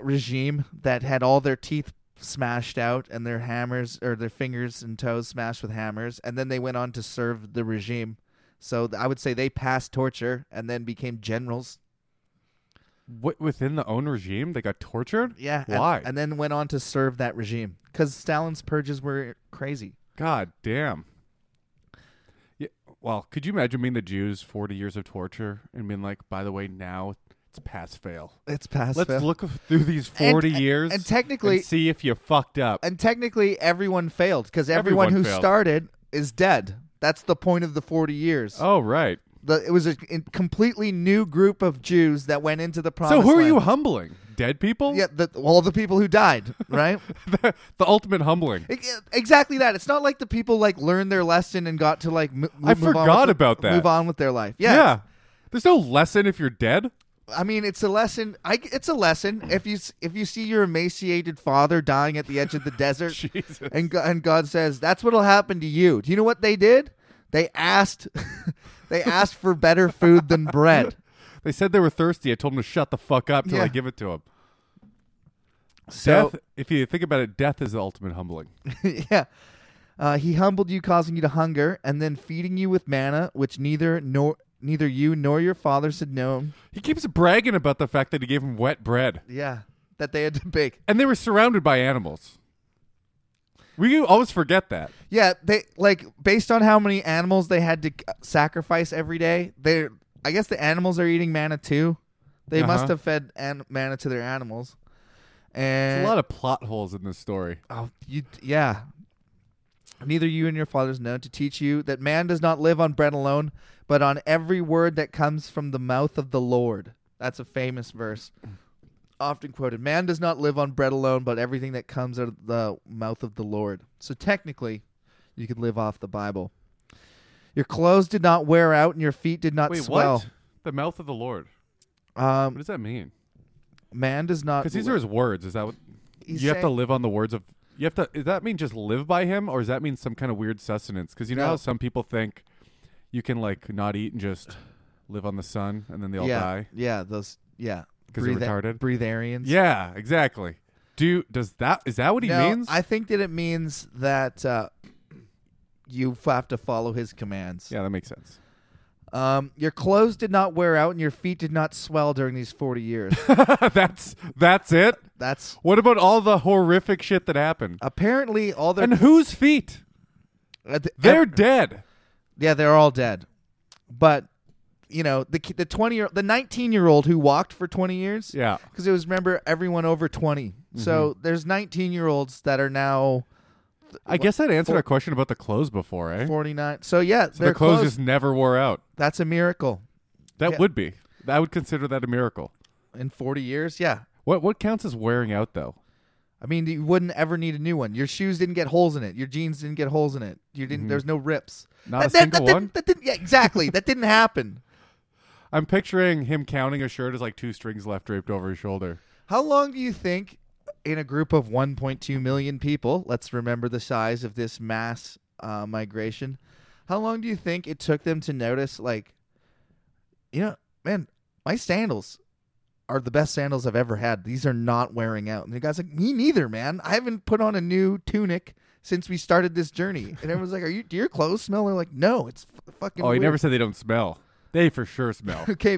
Speaker 1: regime that had all their teeth smashed out and their hammers or their fingers and toes smashed with hammers, and then they went on to serve the regime. So th- I would say they passed torture and then became generals.
Speaker 2: What within the own regime they got tortured?
Speaker 1: Yeah. and-
Speaker 2: Why?
Speaker 1: And, then went on to serve that regime because Stalin's purges were crazy.
Speaker 2: God damn. Yeah, well, could you imagine being the Jews forty years of torture and being like, by the way, now it's pass fail.
Speaker 1: It's past.
Speaker 2: Let's
Speaker 1: fail.
Speaker 2: look through these forty
Speaker 1: and-
Speaker 2: years
Speaker 1: and technically-
Speaker 2: and see if you fucked up.
Speaker 1: and technically everyone failed because everyone,
Speaker 2: Everyone
Speaker 1: who
Speaker 2: failed.
Speaker 1: started is dead. That's the point of the 40 years.
Speaker 2: oh right.
Speaker 1: The, it was a in- completely new group of Jews that went into the promised
Speaker 2: So who are you
Speaker 1: land.
Speaker 2: humbling? Dead people?
Speaker 1: Yeah, the, all the people who died, right?
Speaker 2: [LAUGHS] the, the ultimate humbling.
Speaker 1: E- exactly that. It's not like the people like learned their lesson and got to like. Mo-
Speaker 2: I
Speaker 1: move on
Speaker 2: forgot
Speaker 1: with-
Speaker 2: about that.
Speaker 1: Move on with their life. Yeah,
Speaker 2: Yeah. There's no lesson if you're dead.
Speaker 1: I mean, it's a lesson. I, it's a lesson. If you s- if you see your emaciated father dying at the edge
Speaker 2: [LAUGHS]
Speaker 1: of the desert,
Speaker 2: Jesus.
Speaker 1: and Go- and God says that's what'll happen to you. Do you know what they did? They asked, [LAUGHS] they asked for better food than bread.
Speaker 2: They said they were thirsty. I told them to shut the fuck up till
Speaker 1: Yeah.
Speaker 2: I give it to them.
Speaker 1: So
Speaker 2: death, if you think about it, death is the ultimate humbling.
Speaker 1: [LAUGHS] yeah. Uh, he humbled you, causing you to hunger, and then feeding you with manna, which neither nor neither you nor your fathers had known.
Speaker 2: He keeps bragging about the fact that he gave them wet bread.
Speaker 1: Yeah, that they had to bake.
Speaker 2: And they were surrounded by animals. We always forget that.
Speaker 1: Yeah, they like based on how many animals they had to uh, sacrifice every day. They, are I guess, the animals are eating manna too. They must
Speaker 2: Uh-huh.
Speaker 1: have fed an- manna to their animals.
Speaker 2: There's
Speaker 1: And
Speaker 2: a lot of plot holes in this story.
Speaker 1: Oh, you yeah. Neither you and your fathers known to teach you that man does not live on bread alone, but on every word that comes from the mouth of the Lord. That's a famous verse, often quoted. Man does not live on bread alone, but everything that comes out of the mouth of the Lord. So technically, you could live off the Bible. Your clothes did not wear out, and your feet did not
Speaker 2: Wait,
Speaker 1: swell.
Speaker 2: what? The mouth of the Lord. What
Speaker 1: Um,
Speaker 2: does that mean?
Speaker 1: man does not.
Speaker 2: Because these are his words. Is that what
Speaker 1: Uh, He's
Speaker 2: you have to
Speaker 1: saying-
Speaker 2: live on the words of? You have to. Does that mean just live by him, or does that mean some kind of weird sustenance? Because you know
Speaker 1: No.
Speaker 2: how some people think you can like not eat and just live on the sun, and then they all
Speaker 1: yeah,
Speaker 2: die.
Speaker 1: Yeah, those. Yeah,
Speaker 2: 'Cause they're
Speaker 1: Breathe-
Speaker 2: retarded?
Speaker 1: Breathe Arians.
Speaker 2: Yeah, exactly. Do does that is that what he
Speaker 1: no,
Speaker 2: means?
Speaker 1: I think that it means that uh, you f- have to follow his commands.
Speaker 2: yeah, that makes sense. [LAUGHS]
Speaker 1: Um, your clothes did not wear out, and your feet did not swell during these forty
Speaker 2: [LAUGHS]
Speaker 1: years.
Speaker 2: that's that's it.
Speaker 1: That's
Speaker 2: What about all the horrific shit
Speaker 1: Uh,
Speaker 2: that happened?
Speaker 1: apparently all their
Speaker 2: And whose feet?
Speaker 1: at the-
Speaker 2: They're dead.
Speaker 1: uh, Yeah, they're all dead. But you know, the ki- the 20 year the 19 year old who walked for 20 years
Speaker 2: Yeah. Mm-hmm.
Speaker 1: because it was remember everyone over 20. So there's 19 year olds that are now
Speaker 2: I guess that answered our question about the clothes before, eh?
Speaker 1: 49. So yeah,
Speaker 2: So
Speaker 1: their
Speaker 2: the clothes,
Speaker 1: clothes
Speaker 2: just never wore out.
Speaker 1: that's a miracle.
Speaker 2: That
Speaker 1: Yeah.
Speaker 2: would be. I would consider that a miracle.
Speaker 1: In 40 years, yeah.
Speaker 2: What what counts as wearing out though?
Speaker 1: I mean, you wouldn't ever need a new one. Your shoes didn't get holes in it. Your jeans didn't get holes in it. You didn't. There's no rips.
Speaker 2: Mm-hmm. Not a
Speaker 1: that,
Speaker 2: single
Speaker 1: that, that
Speaker 2: one?
Speaker 1: Didn't, that didn't, yeah, exactly. that didn't happen.
Speaker 2: I'm picturing him counting a shirt as like two strings left draped over his shoulder.
Speaker 1: How long do you think, in a group of 1.2 million people, let's remember the size of this mass uh, migration, how long do you think it took them to notice, like, you know, man, my sandals are the best sandals I've ever had. These are not wearing out. And the guy's like, me neither, man. I haven't put on a new tunic since we started this journey. And everyone's like, are you, do your clothes smell? They're like, no, it's f- fucking.
Speaker 2: Oh, he
Speaker 1: weird."
Speaker 2: never said they don't smell. They for sure smell.
Speaker 1: [LAUGHS] okay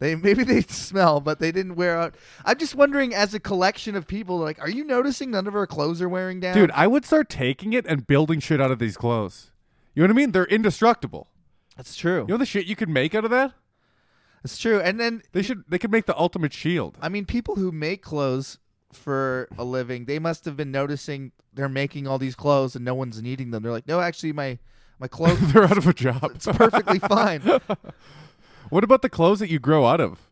Speaker 1: they maybe they smell but they didn't wear out i'm just wondering as a collection of people like are you noticing none of our clothes are wearing down
Speaker 2: Dude, I would start taking it and building shit out of these clothes. You know what I mean? They're indestructible.
Speaker 1: that's true
Speaker 2: You know the shit you could make out of that?
Speaker 1: that's true and then
Speaker 2: They should they could make the ultimate shield. [LAUGHS]
Speaker 1: i mean people who make clothes for a living they must have been noticing they're making all these clothes and no one's needing them they're like no actually my my clothes
Speaker 2: They're out of a job. [LAUGHS]
Speaker 1: it's perfectly fine
Speaker 2: What about the clothes that you grow out of?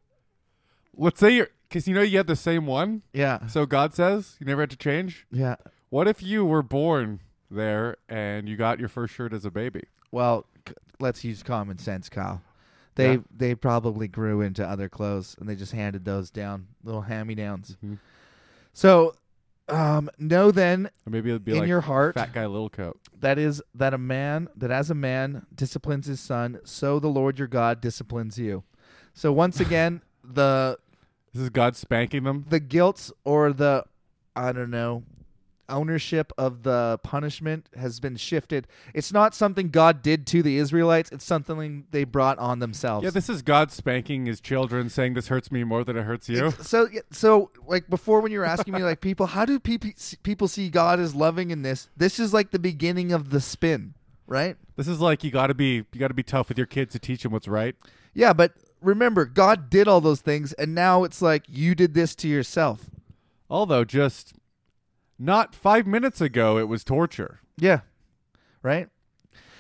Speaker 2: Let's say you're cuz you know you had the same one.
Speaker 1: yeah
Speaker 2: So God says you never had to change.
Speaker 1: yeah
Speaker 2: What if you were born there and you got your first shirt as a baby?
Speaker 1: well c- let's use common sense kyle they
Speaker 2: Yeah.
Speaker 1: they probably grew into other clothes and they just handed those down little hand-me-downs
Speaker 2: Mhm.
Speaker 1: So, um, know then
Speaker 2: Or maybe it'd be
Speaker 1: in
Speaker 2: like
Speaker 1: your heart
Speaker 2: fat guy little coat.
Speaker 1: that is that a man that as a man disciplines his son, so the Lord your God disciplines you. So
Speaker 2: [LAUGHS]
Speaker 1: once again, the
Speaker 2: This is God spanking them.
Speaker 1: the guilt or the I don't know ownership of the punishment has been shifted. It's not something God did to the Israelites; it's something they brought on themselves.
Speaker 2: Yeah, this is God spanking his children, saying this hurts me more than it hurts you.
Speaker 1: Ex- So yeah, so like before when you were asking me like people how do people people see God as loving in this? This is like the beginning of the spin, right?
Speaker 2: This is like you got to be you got to be tough with your kids to teach them what's right.
Speaker 1: Yeah, but remember God did all those things and now it's like you did this to yourself.
Speaker 2: Although just not 5 minutes ago it was torture.
Speaker 1: Yeah. Right?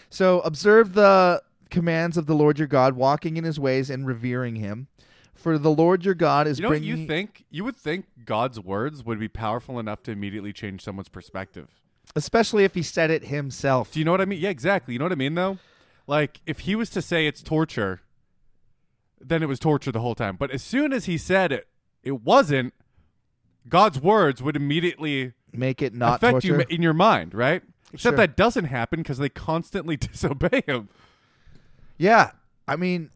Speaker 1: So observe the commands of the Lord your God, walking in his ways and revering him. For the Lord your God is
Speaker 2: You know what
Speaker 1: bringing
Speaker 2: you think? You would think God's words would be powerful enough to immediately change someone's perspective.
Speaker 1: especially if he said it himself.
Speaker 2: Do you know what I mean? Yeah, exactly. You know what I mean though? Like if he was to say it's torture, then it was torture the whole time. But as soon as he said it, it wasn't God's words would immediately
Speaker 1: Make it not
Speaker 2: affect
Speaker 1: torture.
Speaker 2: you in your mind, right? Except
Speaker 1: Sure.
Speaker 2: that doesn't happen because they constantly [LAUGHS] disobey him.
Speaker 1: Yeah, I mean,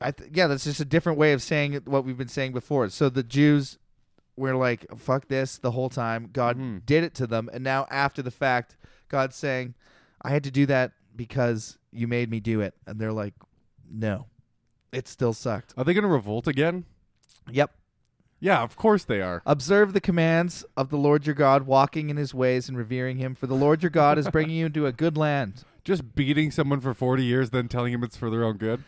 Speaker 1: I th- yeah, that's just a different way of saying it- what we've been saying before. So the Jews were like, "Fuck this!" the whole time. God
Speaker 2: Mhm.
Speaker 1: did it to them, and now after the fact, God's saying, "I had to do that because you made me do it," and they're like, "No, it still sucked."
Speaker 2: Are they going to revolt again?
Speaker 1: Yep.
Speaker 2: Yeah, of course they are.
Speaker 1: Observe the commands of the Lord your God, walking in his ways and revering him, for the Lord your God is bringing you into a good land,
Speaker 2: Just beating someone for 40 years, then telling him it's for their own good.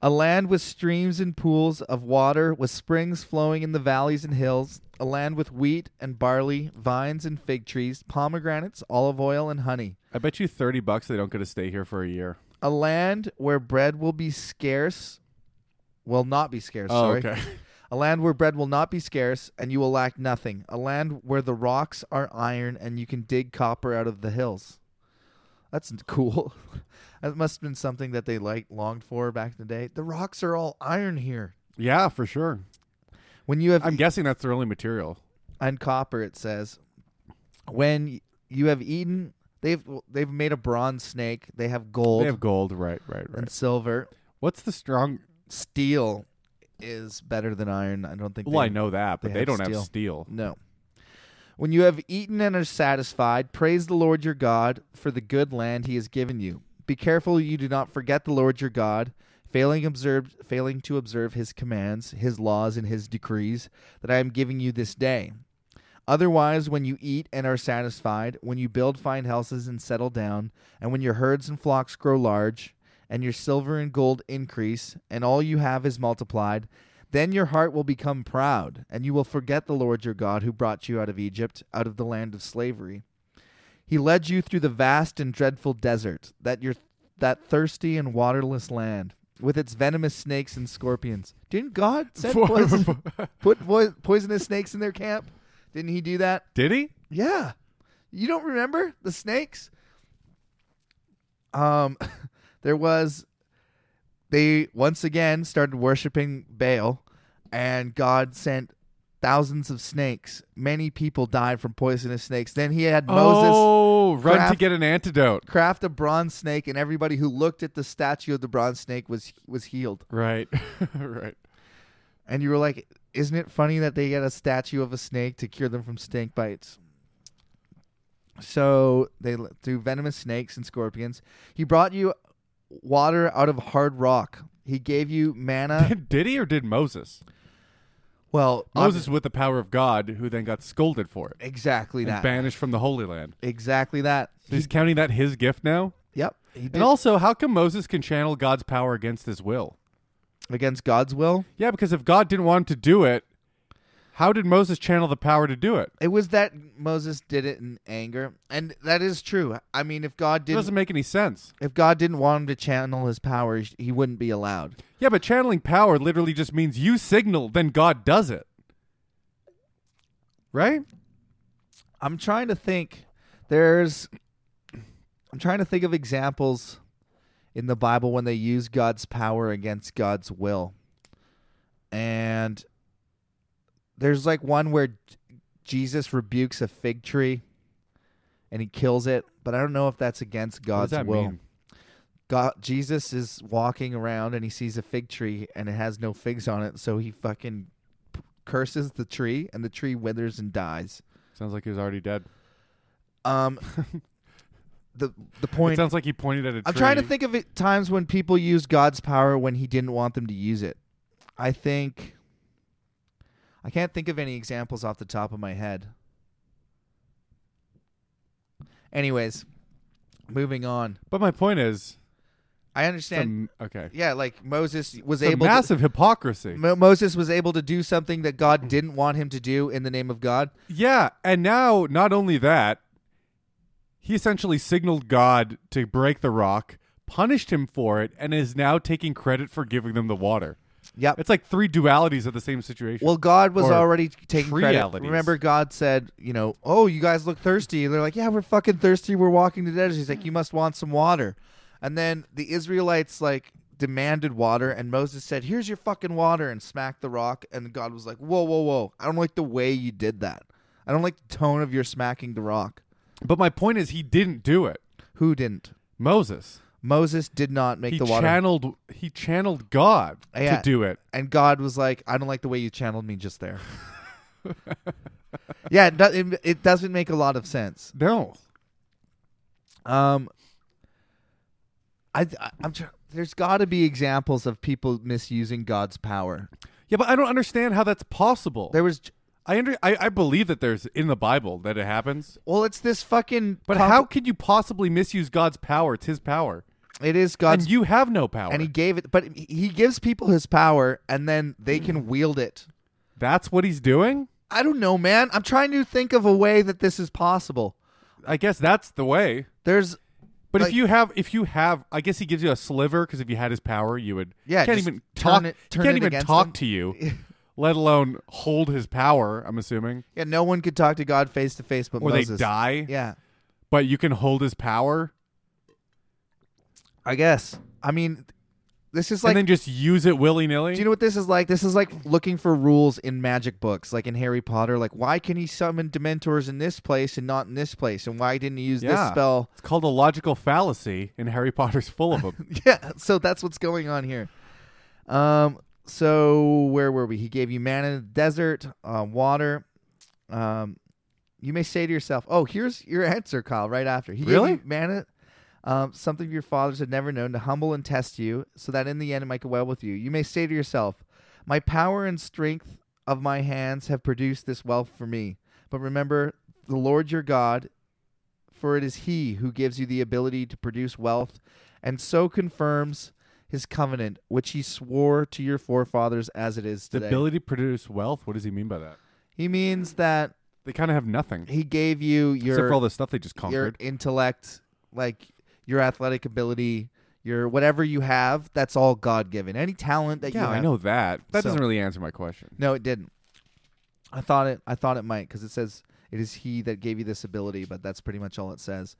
Speaker 1: A land with streams and pools of water, with springs flowing in the valleys and hills, a land with wheat and barley, vines and fig trees, pomegranates, olive oil, and honey.
Speaker 2: I bet you 30 bucks they don't get to stay here for a year.
Speaker 1: A land where bread will be scarce, will not be scarce,
Speaker 2: Oh,
Speaker 1: sorry.
Speaker 2: [LAUGHS] okay.
Speaker 1: A land where bread will not be scarce, and you will lack nothing. A land where the rocks are iron, and you can dig copper out of the hills. That's n- cool. [LAUGHS] that must have been something that they like longed for back in the day. The rocks are all iron here.
Speaker 2: Yeah, for sure.
Speaker 1: When you have
Speaker 2: I'm guessing that's their only material.
Speaker 1: and copper it says when you have eaten they've they've made a bronze snake they have gold
Speaker 2: They have gold. Right, right, right.
Speaker 1: and silver
Speaker 2: What's the strong.
Speaker 1: steel is better than iron i don't think
Speaker 2: Well, I
Speaker 1: they-
Speaker 2: know that, but
Speaker 1: they
Speaker 2: they,
Speaker 1: have
Speaker 2: don't
Speaker 1: steel.
Speaker 2: have steel.
Speaker 1: no when you have eaten and are satisfied praise the lord your god for the good land he has given you be careful you do not forget the lord your god failing observed failing to observe his commands his laws and his decrees that i am giving you this day Otherwise, when you eat and are satisfied, when you build fine houses and settle down, and when your herds and flocks grow large, and your silver and gold increase, and all you have is multiplied, then your heart will become proud, and you will forget the Lord your God who brought you out of Egypt, out of the land of slavery. He led you through the vast and dreadful desert, that your that thirsty and waterless land, with its venomous snakes and scorpions. Didn't God send
Speaker 2: [LAUGHS]
Speaker 1: poison, put voi- poisonous snakes in their camp? Didn't he do that?
Speaker 2: Did he?
Speaker 1: Yeah. You don't remember the snakes? Um [LAUGHS] there was they once again started worshiping Baal and God sent thousands of snakes. Many people died from poisonous snakes. Then he had Moses
Speaker 2: oh, run to
Speaker 1: craft-
Speaker 2: get an antidote.
Speaker 1: craft a bronze snake and everybody who looked at the statue of the bronze snake was was healed.
Speaker 2: Right, [LAUGHS] right.
Speaker 1: And you were like, isn't it funny that they get a statue of a snake to cure them from stink bites? So they l- through venomous snakes and scorpions. He brought you water out of hard rock. He gave you
Speaker 2: [LAUGHS]
Speaker 1: manna.
Speaker 2: did he or did Moses?
Speaker 1: Well,
Speaker 2: Moses with the power of God, who then got scolded for it,
Speaker 1: exactly
Speaker 2: and
Speaker 1: that.
Speaker 2: banished from the Holy Land.
Speaker 1: exactly that.
Speaker 2: So he's counting that his gift now.
Speaker 1: Yep. He did
Speaker 2: And also, how come Moses can channel God's power against his will?
Speaker 1: against God's will.
Speaker 2: Yeah, because if God didn't want him to do it, how did Moses channel the power to do it?
Speaker 1: It was that Moses did it in anger, and that is true. I mean, if God
Speaker 2: It
Speaker 1: didn't
Speaker 2: doesn't make any sense.
Speaker 1: if God didn't want him to channel his powers, he wouldn't be allowed.
Speaker 2: Yeah, but channeling power literally just means you signal, then God does it. Right?
Speaker 1: I'm trying to think. There's, I'm trying to think of examples in the Bible when they use God's power against God's will. And there's like one where J- Jesus rebukes a fig tree and he kills it, but I don't know if that's against
Speaker 2: What does
Speaker 1: God's
Speaker 2: that
Speaker 1: will.
Speaker 2: mean?
Speaker 1: God, Jesus is walking around and he sees a fig tree and it has no figs on it, so he fucking p- curses the tree and the tree withers and dies.
Speaker 2: Sounds like he was already dead. [LAUGHS]
Speaker 1: Um, the the
Speaker 2: It
Speaker 1: point.
Speaker 2: sounds like he pointed at a tree.
Speaker 1: I'm trying to think of it, times when people used God's power when He didn't want them to use it. I think I can't think of any examples off the top of my head. Anyways, moving on.
Speaker 2: But my point is,
Speaker 1: I
Speaker 2: it's a
Speaker 1: understand.
Speaker 2: m- okay,
Speaker 1: yeah, like Moses was
Speaker 2: it's a
Speaker 1: able.
Speaker 2: massive hypocrisy.
Speaker 1: to, Mo- Moses was able to do something that God didn't want him to do in the name of God.
Speaker 2: yeah, and now not only that, he essentially signaled God to break the rock, punished him for it, and is now taking credit for giving them the water.
Speaker 1: Yep.
Speaker 2: It's like three dualities of the same situation.
Speaker 1: Well, God was
Speaker 2: Or
Speaker 1: already taking credit.
Speaker 2: trialities.
Speaker 1: Remember, God said, you know, oh, you guys look thirsty. And they're like, yeah, we're fucking thirsty. We're walking to the desert. He's like, you must want some water. And then the Israelites, like, demanded water. And Moses said, here's your fucking water. And smacked the rock. And God was like, whoa, whoa, whoa. I don't like the way you did that. I don't like the tone of your smacking the rock.
Speaker 2: but my point is, he didn't do it.
Speaker 1: Who didn't?
Speaker 2: Moses.
Speaker 1: Moses did not make
Speaker 2: He
Speaker 1: the water.
Speaker 2: channeled. He channeled God
Speaker 1: Yeah.
Speaker 2: to do it.
Speaker 1: and God was like, "I don't like the way you channeled me just there." [LAUGHS] yeah, it, do- it, it doesn't make a lot of sense.
Speaker 2: No.
Speaker 1: Um, I, I I'm tr- there's got to be examples of people misusing God's power.
Speaker 2: Yeah, but I don't understand how that's possible.
Speaker 1: There was,
Speaker 2: I, under, I I believe that there's in the Bible that it happens.
Speaker 1: well, it's this fucking.
Speaker 2: But
Speaker 1: comp-
Speaker 2: how could you possibly misuse God's power? It's His power,
Speaker 1: it is God's,
Speaker 2: and you have no power.
Speaker 1: and He gave it, but He gives people His power, and then they can wield it.
Speaker 2: That's what He's doing.
Speaker 1: I don't know, man. I'm trying to think of a way that this is possible.
Speaker 2: I guess that's the way.
Speaker 1: There's
Speaker 2: But
Speaker 1: Like-
Speaker 2: if you have, if you have, I guess He gives you a sliver because if you had His power, you would.
Speaker 1: Yeah,
Speaker 2: can't
Speaker 1: just
Speaker 2: even
Speaker 1: turn
Speaker 2: talk.
Speaker 1: it-
Speaker 2: he
Speaker 1: turn
Speaker 2: can't
Speaker 1: it
Speaker 2: even
Speaker 1: against
Speaker 2: talk
Speaker 1: him. [LAUGHS]
Speaker 2: to you, let alone hold His power. I'm assuming,
Speaker 1: yeah, no one could talk to God face to face, but
Speaker 2: or
Speaker 1: Moses.
Speaker 2: they die.
Speaker 1: Yeah.
Speaker 2: But you can hold His power
Speaker 1: I guess. I mean, this is like.
Speaker 2: and then just use it willy nilly.
Speaker 1: do you know what this is like? This is like looking for rules in magic books, like in Harry Potter. Like, why can he summon Dementors in this place and not in this place? And why didn't he use this
Speaker 2: Yeah.
Speaker 1: spell?
Speaker 2: It's called a logical fallacy, and Harry Potter's full
Speaker 1: [LAUGHS]
Speaker 2: of them.
Speaker 1: Yeah, so that's what's going on here. Um, so where were we? He gave you manna in the desert, uh, water. Um, you may say to yourself, "Oh, here's your answer, Kyle." Right after he
Speaker 2: Really?
Speaker 1: gave you manna, um, something your fathers had never known, to humble and test you, so that in the end it might go well with you. You may say to yourself, "My power and strength of my hands have produced this wealth for me." But remember the Lord your God, for it is he who gives you the ability to produce wealth and so confirms his covenant, which he swore to your forefathers as it is
Speaker 2: The
Speaker 1: today.
Speaker 2: ability to produce wealth. What does he mean by that?
Speaker 1: he means that
Speaker 2: They kind of have nothing
Speaker 1: he gave you
Speaker 2: except
Speaker 1: your
Speaker 2: for all the stuff they just
Speaker 1: your
Speaker 2: conquered.
Speaker 1: intellect, like your athletic ability, your whatever you have, that's all God given. Any talent that you
Speaker 2: yeah,
Speaker 1: have.
Speaker 2: I know that. That
Speaker 1: So-
Speaker 2: doesn't really answer my question.
Speaker 1: No, it didn't. I thought it. I thought it might because it says it is He that gave you this ability, but that's pretty much all it says.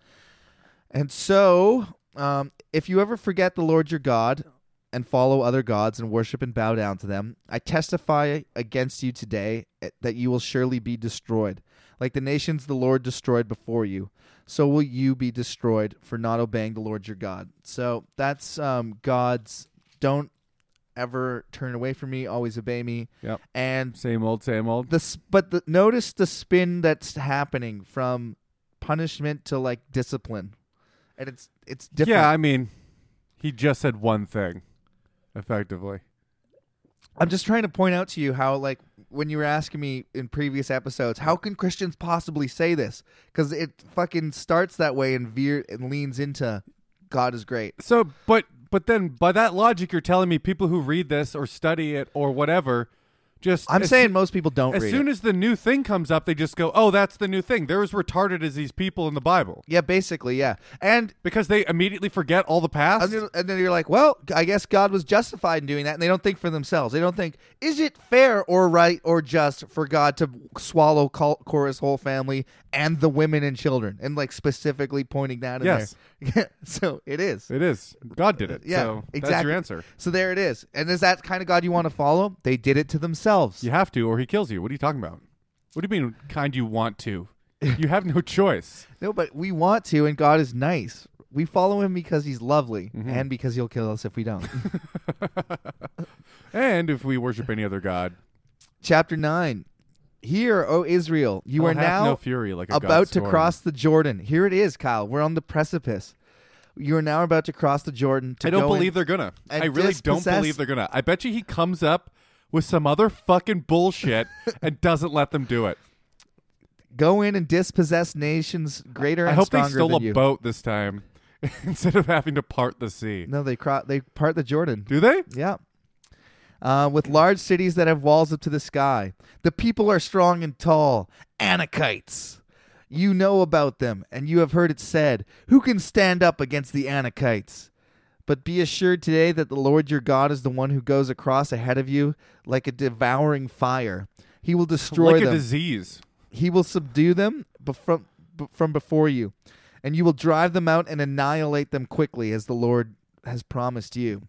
Speaker 1: And so, um, if you ever forget the Lord your God and follow other gods and worship and bow down to them, I testify against you today eh, that you will surely be destroyed, like the nations the Lord destroyed before you. So will you be destroyed for not obeying the Lord your God. So that's um, God's. Don't ever turn away from me. Always obey me.
Speaker 2: Yep.
Speaker 1: And
Speaker 2: Same old, same old.
Speaker 1: the s- but the, notice the spin that's happening from punishment to like discipline, and it's it's different.
Speaker 2: Yeah, I mean, he just said one thing, effectively.
Speaker 1: I'm just trying to point out to you how like when you were asking me in previous episodes, how can Christians possibly say this? Because it fucking starts that way and veer and leans into God is great.
Speaker 2: So, but but then by that logic, you're telling me people who read this or study it or whatever, just
Speaker 1: I'm
Speaker 2: as-
Speaker 1: saying most people don't
Speaker 2: as
Speaker 1: read
Speaker 2: soon
Speaker 1: it.
Speaker 2: as the new thing comes up, they just go, "Oh, that's the new thing." They're as retarded as these people in the Bible
Speaker 1: Yeah, basically, yeah, and.
Speaker 2: because they immediately forget all the past.
Speaker 1: And then- and then you're like, well, I guess God was justified in doing that. And they don't think for themselves. They don't think, is it fair or right or just for God to swallow Col- Cora's whole family and the women and children? And like specifically pointing that in
Speaker 2: Yes.
Speaker 1: there. [LAUGHS] so it is.
Speaker 2: It is God did it.
Speaker 1: Uh, Yeah,
Speaker 2: so That's
Speaker 1: exactly.
Speaker 2: your answer.
Speaker 1: So there it is. And is that kind of God you want to follow? They did it to themselves.
Speaker 2: You have to, or he kills you. What are you talking about? What do you mean, kind? You want to? You have no [LAUGHS] choice.
Speaker 1: No, but we want to, and God is nice. We follow him because he's lovely
Speaker 2: Mm-hmm.
Speaker 1: and because he'll kill us if we don't. [LAUGHS]
Speaker 2: And if we worship any other god,
Speaker 1: Chapter 9. Here, O Israel, you
Speaker 2: I'll
Speaker 1: are
Speaker 2: have
Speaker 1: now
Speaker 2: no fury like a
Speaker 1: about
Speaker 2: God's
Speaker 1: to
Speaker 2: sword.
Speaker 1: cross the Jordan. Here it is, Kyle. We're on the precipice. You are now about to cross the Jordan. To
Speaker 2: I don't
Speaker 1: go in-
Speaker 2: believe they're gonna.
Speaker 1: and
Speaker 2: I really don't
Speaker 1: dispossess-
Speaker 2: believe they're gonna. I bet you he comes up with some other fucking
Speaker 1: [LAUGHS]
Speaker 2: bullshit and doesn't let them do it.
Speaker 1: go in and dispossess nations greater.
Speaker 2: I
Speaker 1: and
Speaker 2: hope they
Speaker 1: stronger
Speaker 2: stole
Speaker 1: than
Speaker 2: a
Speaker 1: you.
Speaker 2: boat this time [LAUGHS] instead of having to part the sea.
Speaker 1: No, they cro- they part the Jordan.
Speaker 2: Do they?
Speaker 1: Yeah. Uh, with large cities that have walls up to the sky. The people are strong and tall. Anakites. You know about them, and you have heard it said, Who can stand up against the Anakites? But be assured today that the Lord your God is the one who goes across ahead of you like a devouring fire. He will destroy
Speaker 2: like a
Speaker 1: them
Speaker 2: disease.
Speaker 1: he will subdue them bef- from b- from before you, and you will drive them out and annihilate them quickly, as the Lord has promised you.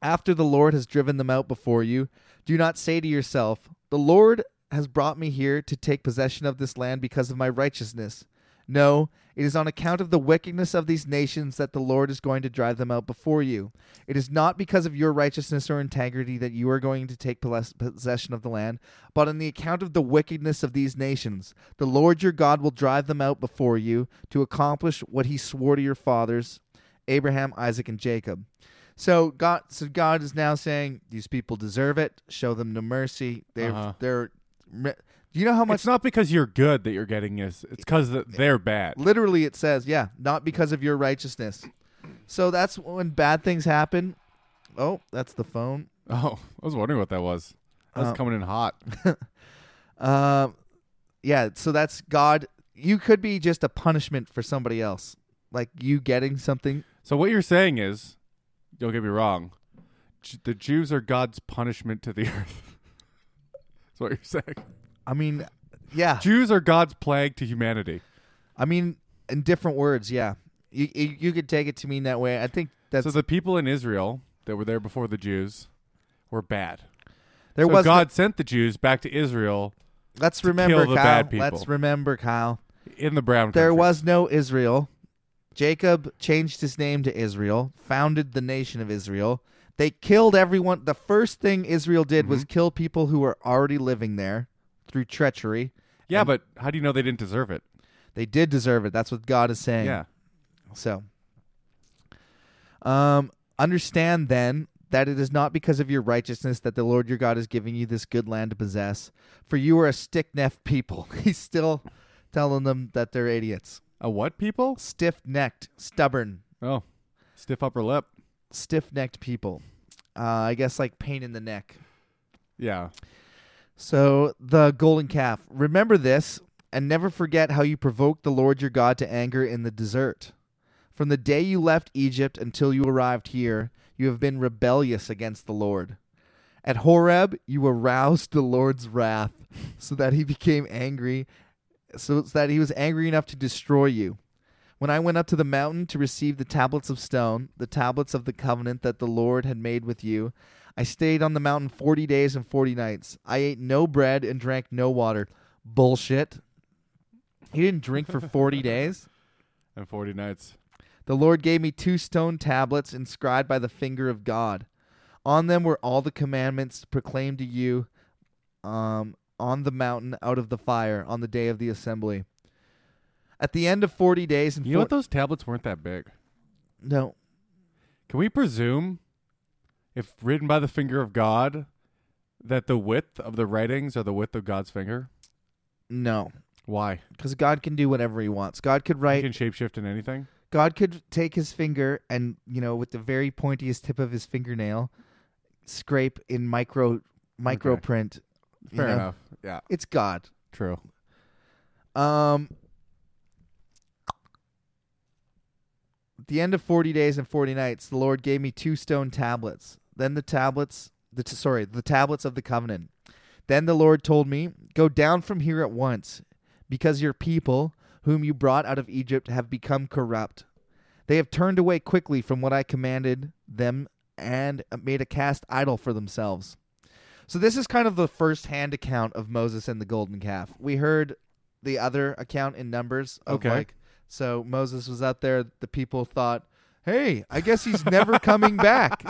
Speaker 1: After the Lord has driven them out before you, do not say to yourself, "The Lord has brought me here to take possession of this land because of my righteousness." No, it is on account of the wickedness of these nations that the Lord is going to drive them out before you. It is not because of your righteousness or integrity that you are going to take pos- possession of the land, but on the account of the wickedness of these nations. The Lord your God will drive them out before you to accomplish what he swore to your fathers, Abraham, Isaac, and Jacob. So God, so God is now saying, these people deserve it. Show them no mercy. They're,
Speaker 2: Uh-huh.
Speaker 1: they're. Do you know how much
Speaker 2: It's not because you're good that you're getting this. It's because they're bad.
Speaker 1: Literally, it says, yeah, not because of your righteousness. So that's when bad things happen. Oh, that's the phone.
Speaker 2: Oh, I was wondering what that was. That was
Speaker 1: Uh,
Speaker 2: coming in hot. Uh,
Speaker 1: Um, yeah, so that's God. You could be just a punishment for somebody else, like you getting something.
Speaker 2: So what you're saying is, don't get me wrong, J- the Jews are God's punishment to the [LAUGHS] earth. That's what you're saying.
Speaker 1: I mean, yeah,
Speaker 2: Jews are God's plague to humanity.
Speaker 1: I mean, in different words, yeah. You you, you could take it to mean that way. I think that's
Speaker 2: so the people in Israel that were there before the Jews were bad.
Speaker 1: there
Speaker 2: so
Speaker 1: was
Speaker 2: God sent the Jews back to Israel
Speaker 1: Let's remember,
Speaker 2: the
Speaker 1: Kyle.
Speaker 2: bad people.
Speaker 1: Let's remember, Kyle.
Speaker 2: in the brown.
Speaker 1: There
Speaker 2: country.
Speaker 1: was no Israel. Jacob changed his name to Israel, founded the nation of Israel. They killed everyone. The first thing Israel did was
Speaker 2: Mm-hmm.
Speaker 1: kill people who were already living there through treachery.
Speaker 2: Yeah, but how do you know they didn't deserve it?
Speaker 1: They did deserve it. That's what God is saying.
Speaker 2: Yeah.
Speaker 1: So, um, understand then that it is not because of your righteousness that the Lord your God is giving you this good land to possess, for you are a stiff necked people. [LAUGHS] He's still telling them that they're idiots.
Speaker 2: A what people?
Speaker 1: Stiff necked, stubborn,
Speaker 2: Oh, stiff upper lip.
Speaker 1: stiff necked people. Uh, I guess like pain in the neck.
Speaker 2: Yeah.
Speaker 1: So the golden calf. Remember this and never forget how you provoked the Lord your God to anger in the desert. From the day you left Egypt until you arrived here, you have been rebellious against the Lord. At Horeb, you aroused the Lord's wrath so that he became angry, so that he was angry enough to destroy you. When I went up to the mountain to receive the tablets of stone, the tablets of the covenant that the Lord had made with you, I stayed on the mountain 40 days and 40 nights. I ate no bread and drank no water. Bullshit. He didn't drink for
Speaker 2: [LAUGHS]
Speaker 1: 40 days.
Speaker 2: And 40 nights.
Speaker 1: The Lord gave me two stone tablets inscribed by the finger of God. On them were all the commandments proclaimed to you um, on the mountain out of the fire on the day of the assembly. At the end of 40 days and
Speaker 2: You know what?
Speaker 1: four-
Speaker 2: Those tablets weren't that big.
Speaker 1: No.
Speaker 2: Can we presume, if written by the finger of God, that the width of the writings are the width of God's finger?
Speaker 1: No.
Speaker 2: Why?
Speaker 1: Because God can do whatever he wants. God could write
Speaker 2: He can shapeshift in anything.
Speaker 1: God could take his finger and, you know, with the very pointiest tip of his fingernail, scrape in micro micro
Speaker 2: Okay.
Speaker 1: print. you
Speaker 2: Fair
Speaker 1: know?
Speaker 2: enough. Yeah.
Speaker 1: It's God.
Speaker 2: True.
Speaker 1: Um At the end of 40 days and 40 nights, the Lord gave me two stone tablets. Then the tablets, the t- sorry, the tablets of the covenant. Then the Lord told me, "Go down from here at once, because your people, whom you brought out of Egypt, have become corrupt. They have turned away quickly from what I commanded them and made a cast idol for themselves." So this is kind of the first-hand account of Moses and the golden calf. We heard the other account in Numbers of
Speaker 2: Okay.
Speaker 1: like so Moses was out there. The people thought, "Hey, I guess he's never coming back."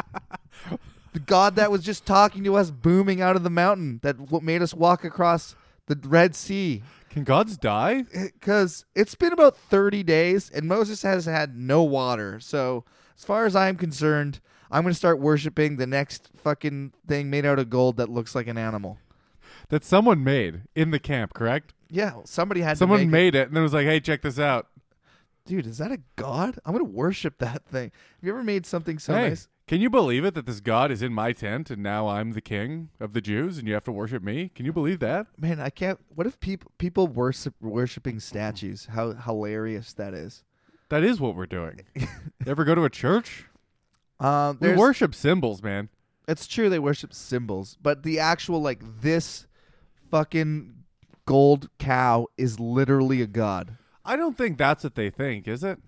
Speaker 1: The God that was just talking to us, booming out of the mountain, that w- made us walk across the Red Sea,
Speaker 2: Can gods die?
Speaker 1: because it's been about thirty days, and Moses has had no water. So, as far as I'm concerned, I'm gonna start worshiping the next fucking thing made out of gold that looks like an animal.
Speaker 2: That someone made in the camp, correct?
Speaker 1: Yeah, well, somebody had to
Speaker 2: Someone
Speaker 1: make it.
Speaker 2: made it and then was like, hey, check this out.
Speaker 1: Dude, is that a god? I'm gonna worship that thing. Have you ever made something so
Speaker 2: hey,
Speaker 1: nice?
Speaker 2: can you believe it that this God is in my tent and now I'm the king of the Jews and you have to worship me? Can you believe that?
Speaker 1: Man, I can't. What if people people worship worshiping statues? How hilarious that is!
Speaker 2: That is what
Speaker 1: [LAUGHS]
Speaker 2: we're doing. you ever go to a church?
Speaker 1: Um,
Speaker 2: We
Speaker 1: there's-
Speaker 2: worship symbols, man.
Speaker 1: It's true they worship symbols, but the actual like this fucking gold cow is literally a god.
Speaker 2: I don't think that's what they think, is it?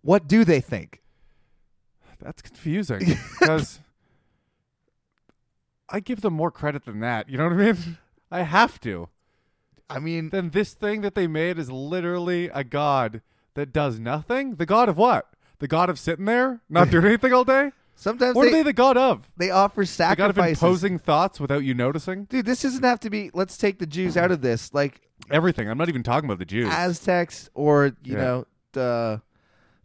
Speaker 1: What do they think?
Speaker 2: That's confusing
Speaker 1: [LAUGHS]
Speaker 2: because I give them more credit than that. You know what I mean? I have to.
Speaker 1: I mean,
Speaker 2: Then this thing that they made is literally a god that does nothing. The god of what? The god of sitting there, not doing anything
Speaker 1: [LAUGHS]
Speaker 2: all day.
Speaker 1: sometimes
Speaker 2: What
Speaker 1: they,
Speaker 2: are they the god of?
Speaker 1: they offer
Speaker 2: The god of
Speaker 1: sacrifices.
Speaker 2: imposing thoughts without you noticing.
Speaker 1: Dude, this doesn't have to be. Let's take the Jews out of this, like
Speaker 2: Everything. I'm not even talking about the Jews.
Speaker 1: Aztecs or you
Speaker 2: Yeah.
Speaker 1: know the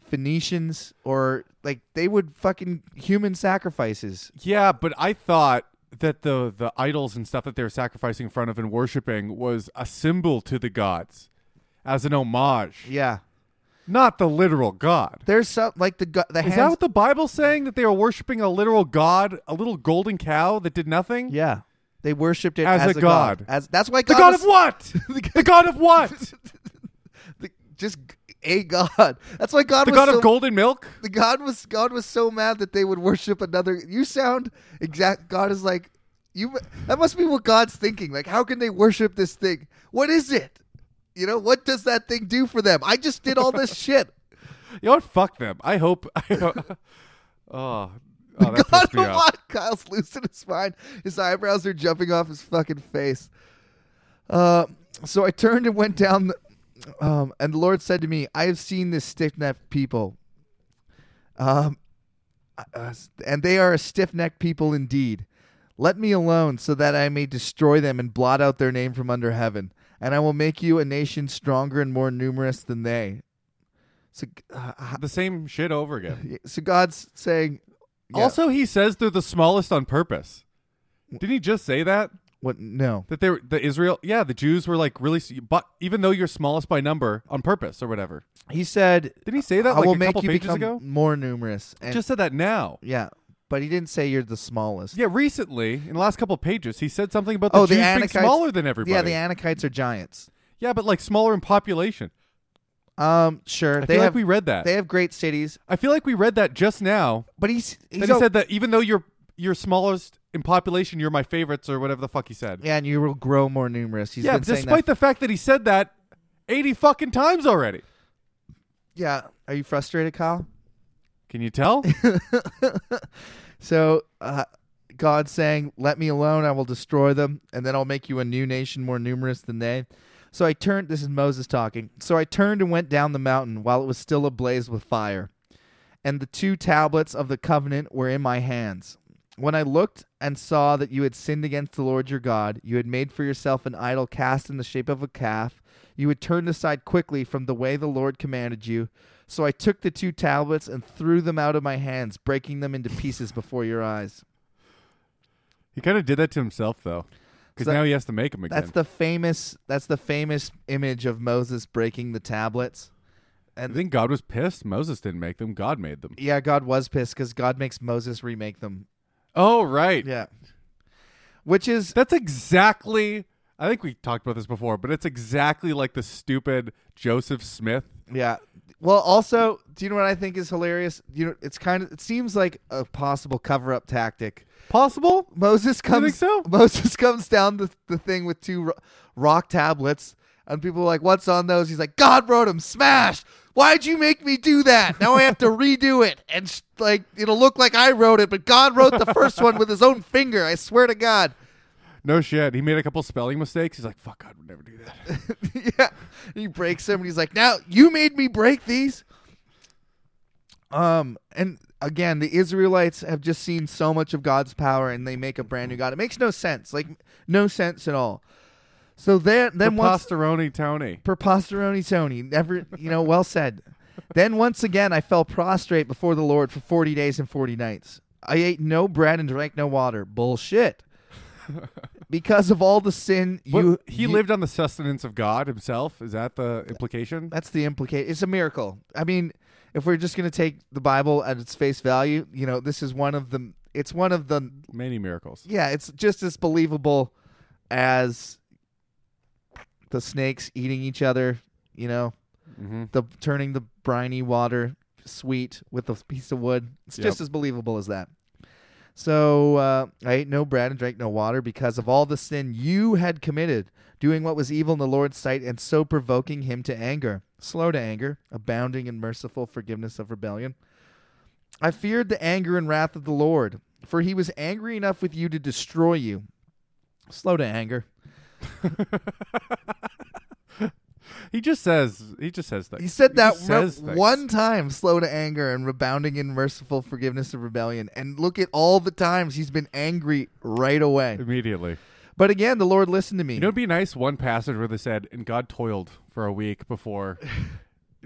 Speaker 1: Phoenicians or like they would fucking human sacrifices.
Speaker 2: Yeah, but I thought that the the idols and stuff that they were sacrificing in front of and worshiping was a symbol to the gods as an homage,
Speaker 1: Yeah,
Speaker 2: not the literal god.
Speaker 1: there's some like the go- the
Speaker 2: Is that
Speaker 1: hands.
Speaker 2: what the Bible's saying that they were worshiping a literal god, a little golden cow that did nothing?
Speaker 1: yeah, they worshipped it
Speaker 2: As
Speaker 1: as,
Speaker 2: a god.
Speaker 1: As that's why
Speaker 2: The
Speaker 1: God,
Speaker 2: god
Speaker 1: was-
Speaker 2: of
Speaker 1: [LAUGHS]
Speaker 2: what? the god of what?
Speaker 1: the- just a god. That's why God
Speaker 2: The
Speaker 1: was
Speaker 2: god
Speaker 1: so,
Speaker 2: of golden milk?
Speaker 1: The god was God was so mad that they would worship another. You sound exact. God is like you. That must be what God's thinking. Like, how can they worship this thing? What is it? You know, what does that thing do for them? I just did all
Speaker 2: [LAUGHS]
Speaker 1: this shit.
Speaker 2: You know what? Fuck them. I hope. I hope [LAUGHS] oh, oh, that
Speaker 1: God,
Speaker 2: pissed me off.
Speaker 1: what? Kyle's losing his mind. His eyebrows are jumping off his fucking face. Uh, so I turned and went down, the, um, and the Lord said to me, "I have seen this stiff-necked people, um, uh, and they are a stiff-necked people indeed. Let me alone, so that I may destroy them and blot out their name from under heaven, and I will make you a nation stronger and more numerous than they." So, uh,
Speaker 2: [LAUGHS] The same shit over again.
Speaker 1: so God's saying, [LAUGHS] Yeah.
Speaker 2: Also, he says they're the smallest on purpose. Didn't he just say that?
Speaker 1: What? No.
Speaker 2: That they were the Israel, yeah, the Jews were like really, s- but even though you're smallest by number on purpose or whatever.
Speaker 1: He said,
Speaker 2: Didn't he say that
Speaker 1: "I
Speaker 2: like
Speaker 1: will
Speaker 2: a
Speaker 1: make
Speaker 2: couple
Speaker 1: you
Speaker 2: pages
Speaker 1: become
Speaker 2: ago?
Speaker 1: more numerous." And
Speaker 2: Just said that now.
Speaker 1: yeah, but he didn't say you're the smallest.
Speaker 2: Yeah, recently in the last couple pages, he said something about the
Speaker 1: oh, the
Speaker 2: Jews being
Speaker 1: Anakites.
Speaker 2: smaller than everybody.
Speaker 1: Yeah, the Anakites are giants.
Speaker 2: yeah, but like smaller in population.
Speaker 1: Um, sure.
Speaker 2: I
Speaker 1: they
Speaker 2: feel
Speaker 1: have
Speaker 2: like we read that.
Speaker 1: they have great cities,
Speaker 2: I feel like we read that just now.
Speaker 1: but he's he's
Speaker 2: Then he
Speaker 1: al-
Speaker 2: said that even though you're you're smallest in population, you're my favorites or whatever the fuck he said.
Speaker 1: yeah, and you will grow more numerous. He's
Speaker 2: yeah,
Speaker 1: been saying
Speaker 2: despite
Speaker 1: that.
Speaker 2: the fact that he said that eighty fucking times already.
Speaker 1: yeah, are you frustrated, Kyle?
Speaker 2: Can
Speaker 1: [LAUGHS]
Speaker 2: you tell?
Speaker 1: So uh, God saying, "Let me alone; I will destroy them, and then I'll make you a new nation more numerous than they." So I turned. This is Moses talking. So I turned and went down the mountain while it was still ablaze with fire, and the two tablets of the covenant were in my hands. When I looked and saw that you had sinned against the Lord your God, you had made for yourself an idol cast in the shape of a calf. You had turned aside quickly from the way the Lord commanded you. So I took the two tablets and threw them out of my hands, breaking them into pieces before your eyes.
Speaker 2: he kind of did that to himself though, because
Speaker 1: So that-
Speaker 2: now he has to make them again.
Speaker 1: That's the famous. That's the famous image of Moses breaking the tablets.
Speaker 2: I think God was pissed. Moses didn't make them. God made them.
Speaker 1: Yeah, God was pissed because God makes Moses remake them.
Speaker 2: Oh right.
Speaker 1: Yeah, which is
Speaker 2: That's exactly. I think we talked about this before, but it's exactly like the stupid Joseph Smith.
Speaker 1: Yeah. Well, also, do you know what I think is hilarious? You know, it's kind of it seems like a possible cover-up tactic.
Speaker 2: Possible?
Speaker 1: Moses
Speaker 2: You
Speaker 1: comes.
Speaker 2: think so?
Speaker 1: [LAUGHS] Moses comes down the, the thing with two ro- rock tablets, and people are like, "What's on those?" He's like, "God wrote them. Smash! Why'd you make me do that? Now I have to redo it, and sh- like it'll look like I wrote it, but God wrote the first one with his own finger. I swear to God."
Speaker 2: No shit. He made a couple spelling mistakes. He's like, fuck, God would never do that.
Speaker 1: yeah. He breaks him and he's like, Now you made me break these. Um, and again, the Israelites have just seen so much of God's power and they make a brand new God. It makes no sense. Like no sense at all. So then [LAUGHS] then once
Speaker 2: Pastoroni Tony.
Speaker 1: Preposteroni Tony. Never, you know, well said. Then once again, I fell prostrate before the Lord for 40 days and 40 nights. I ate no bread and drank no water. [LAUGHS] Bullshit. Because of all the sin
Speaker 2: What-
Speaker 1: you
Speaker 2: he
Speaker 1: you-
Speaker 2: lived on the sustenance of God himself. Is that the implication?
Speaker 1: That's the implication. It's a miracle. I mean, if we're just going to take the Bible at its face value, you know, this is one of the. It's one of the.
Speaker 2: Many miracles.
Speaker 1: Yeah, it's just as believable as the snakes eating each other. You know,
Speaker 2: Mm-hmm.
Speaker 1: the turning the briny water sweet with a piece of wood. It's
Speaker 2: Yep.
Speaker 1: just as believable as that. So uh, I ate no bread and drank no water because of all the sin you had committed, doing what was evil in the Lord's sight, and so provoking him to anger, slow to anger, abounding in merciful forgiveness of rebellion. I feared the anger and wrath of the Lord, for he was angry enough with you to destroy you. Slow to anger.
Speaker 2: He just says. He just says that.
Speaker 1: He said that
Speaker 2: just
Speaker 1: re-
Speaker 2: says things.
Speaker 1: one time, slow to anger and rebounding in merciful forgiveness of rebellion. And look at all the times he's been angry right away.
Speaker 2: immediately.
Speaker 1: But again, the Lord listened to me.
Speaker 2: You know, it'd be nice one passage where they said, "And God toiled for a
Speaker 1: [LAUGHS]
Speaker 2: week before."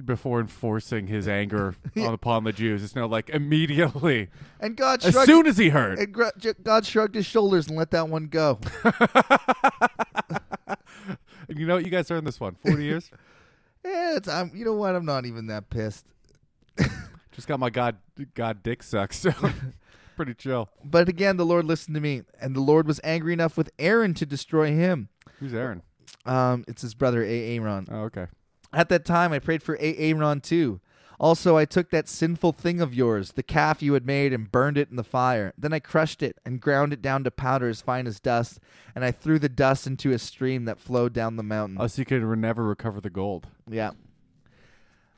Speaker 2: Before enforcing his anger on, upon the Jews, it's now
Speaker 1: [LAUGHS]
Speaker 2: like immediately,
Speaker 1: and God
Speaker 2: as
Speaker 1: shrugged,
Speaker 2: soon as he heard.
Speaker 1: and gr- j- God shrugged his shoulders and let that one go. [LAUGHS]
Speaker 2: And you know what? You guys earned this one.
Speaker 1: [LAUGHS]
Speaker 2: Forty years.
Speaker 1: yeah, it's, I'm, you know what? I'm not even that pissed.
Speaker 2: Just got my god, god dick sucks.
Speaker 1: [LAUGHS]
Speaker 2: So [LAUGHS] pretty chill.
Speaker 1: But again, the Lord listened to me. And the Lord was angry enough with Aaron to destroy him.
Speaker 2: Who's Aaron?
Speaker 1: Um, it's his brother, Aaron.
Speaker 2: Oh, okay.
Speaker 1: At that time, I prayed for Aaron too. Also, I took that sinful thing of yours, the calf you had made, and burned it in the fire. Then I crushed it and ground it down to powder as fine as dust, and I threw the dust into a stream that flowed down the mountain.
Speaker 2: Us, you could re- never recover the gold.
Speaker 1: yeah.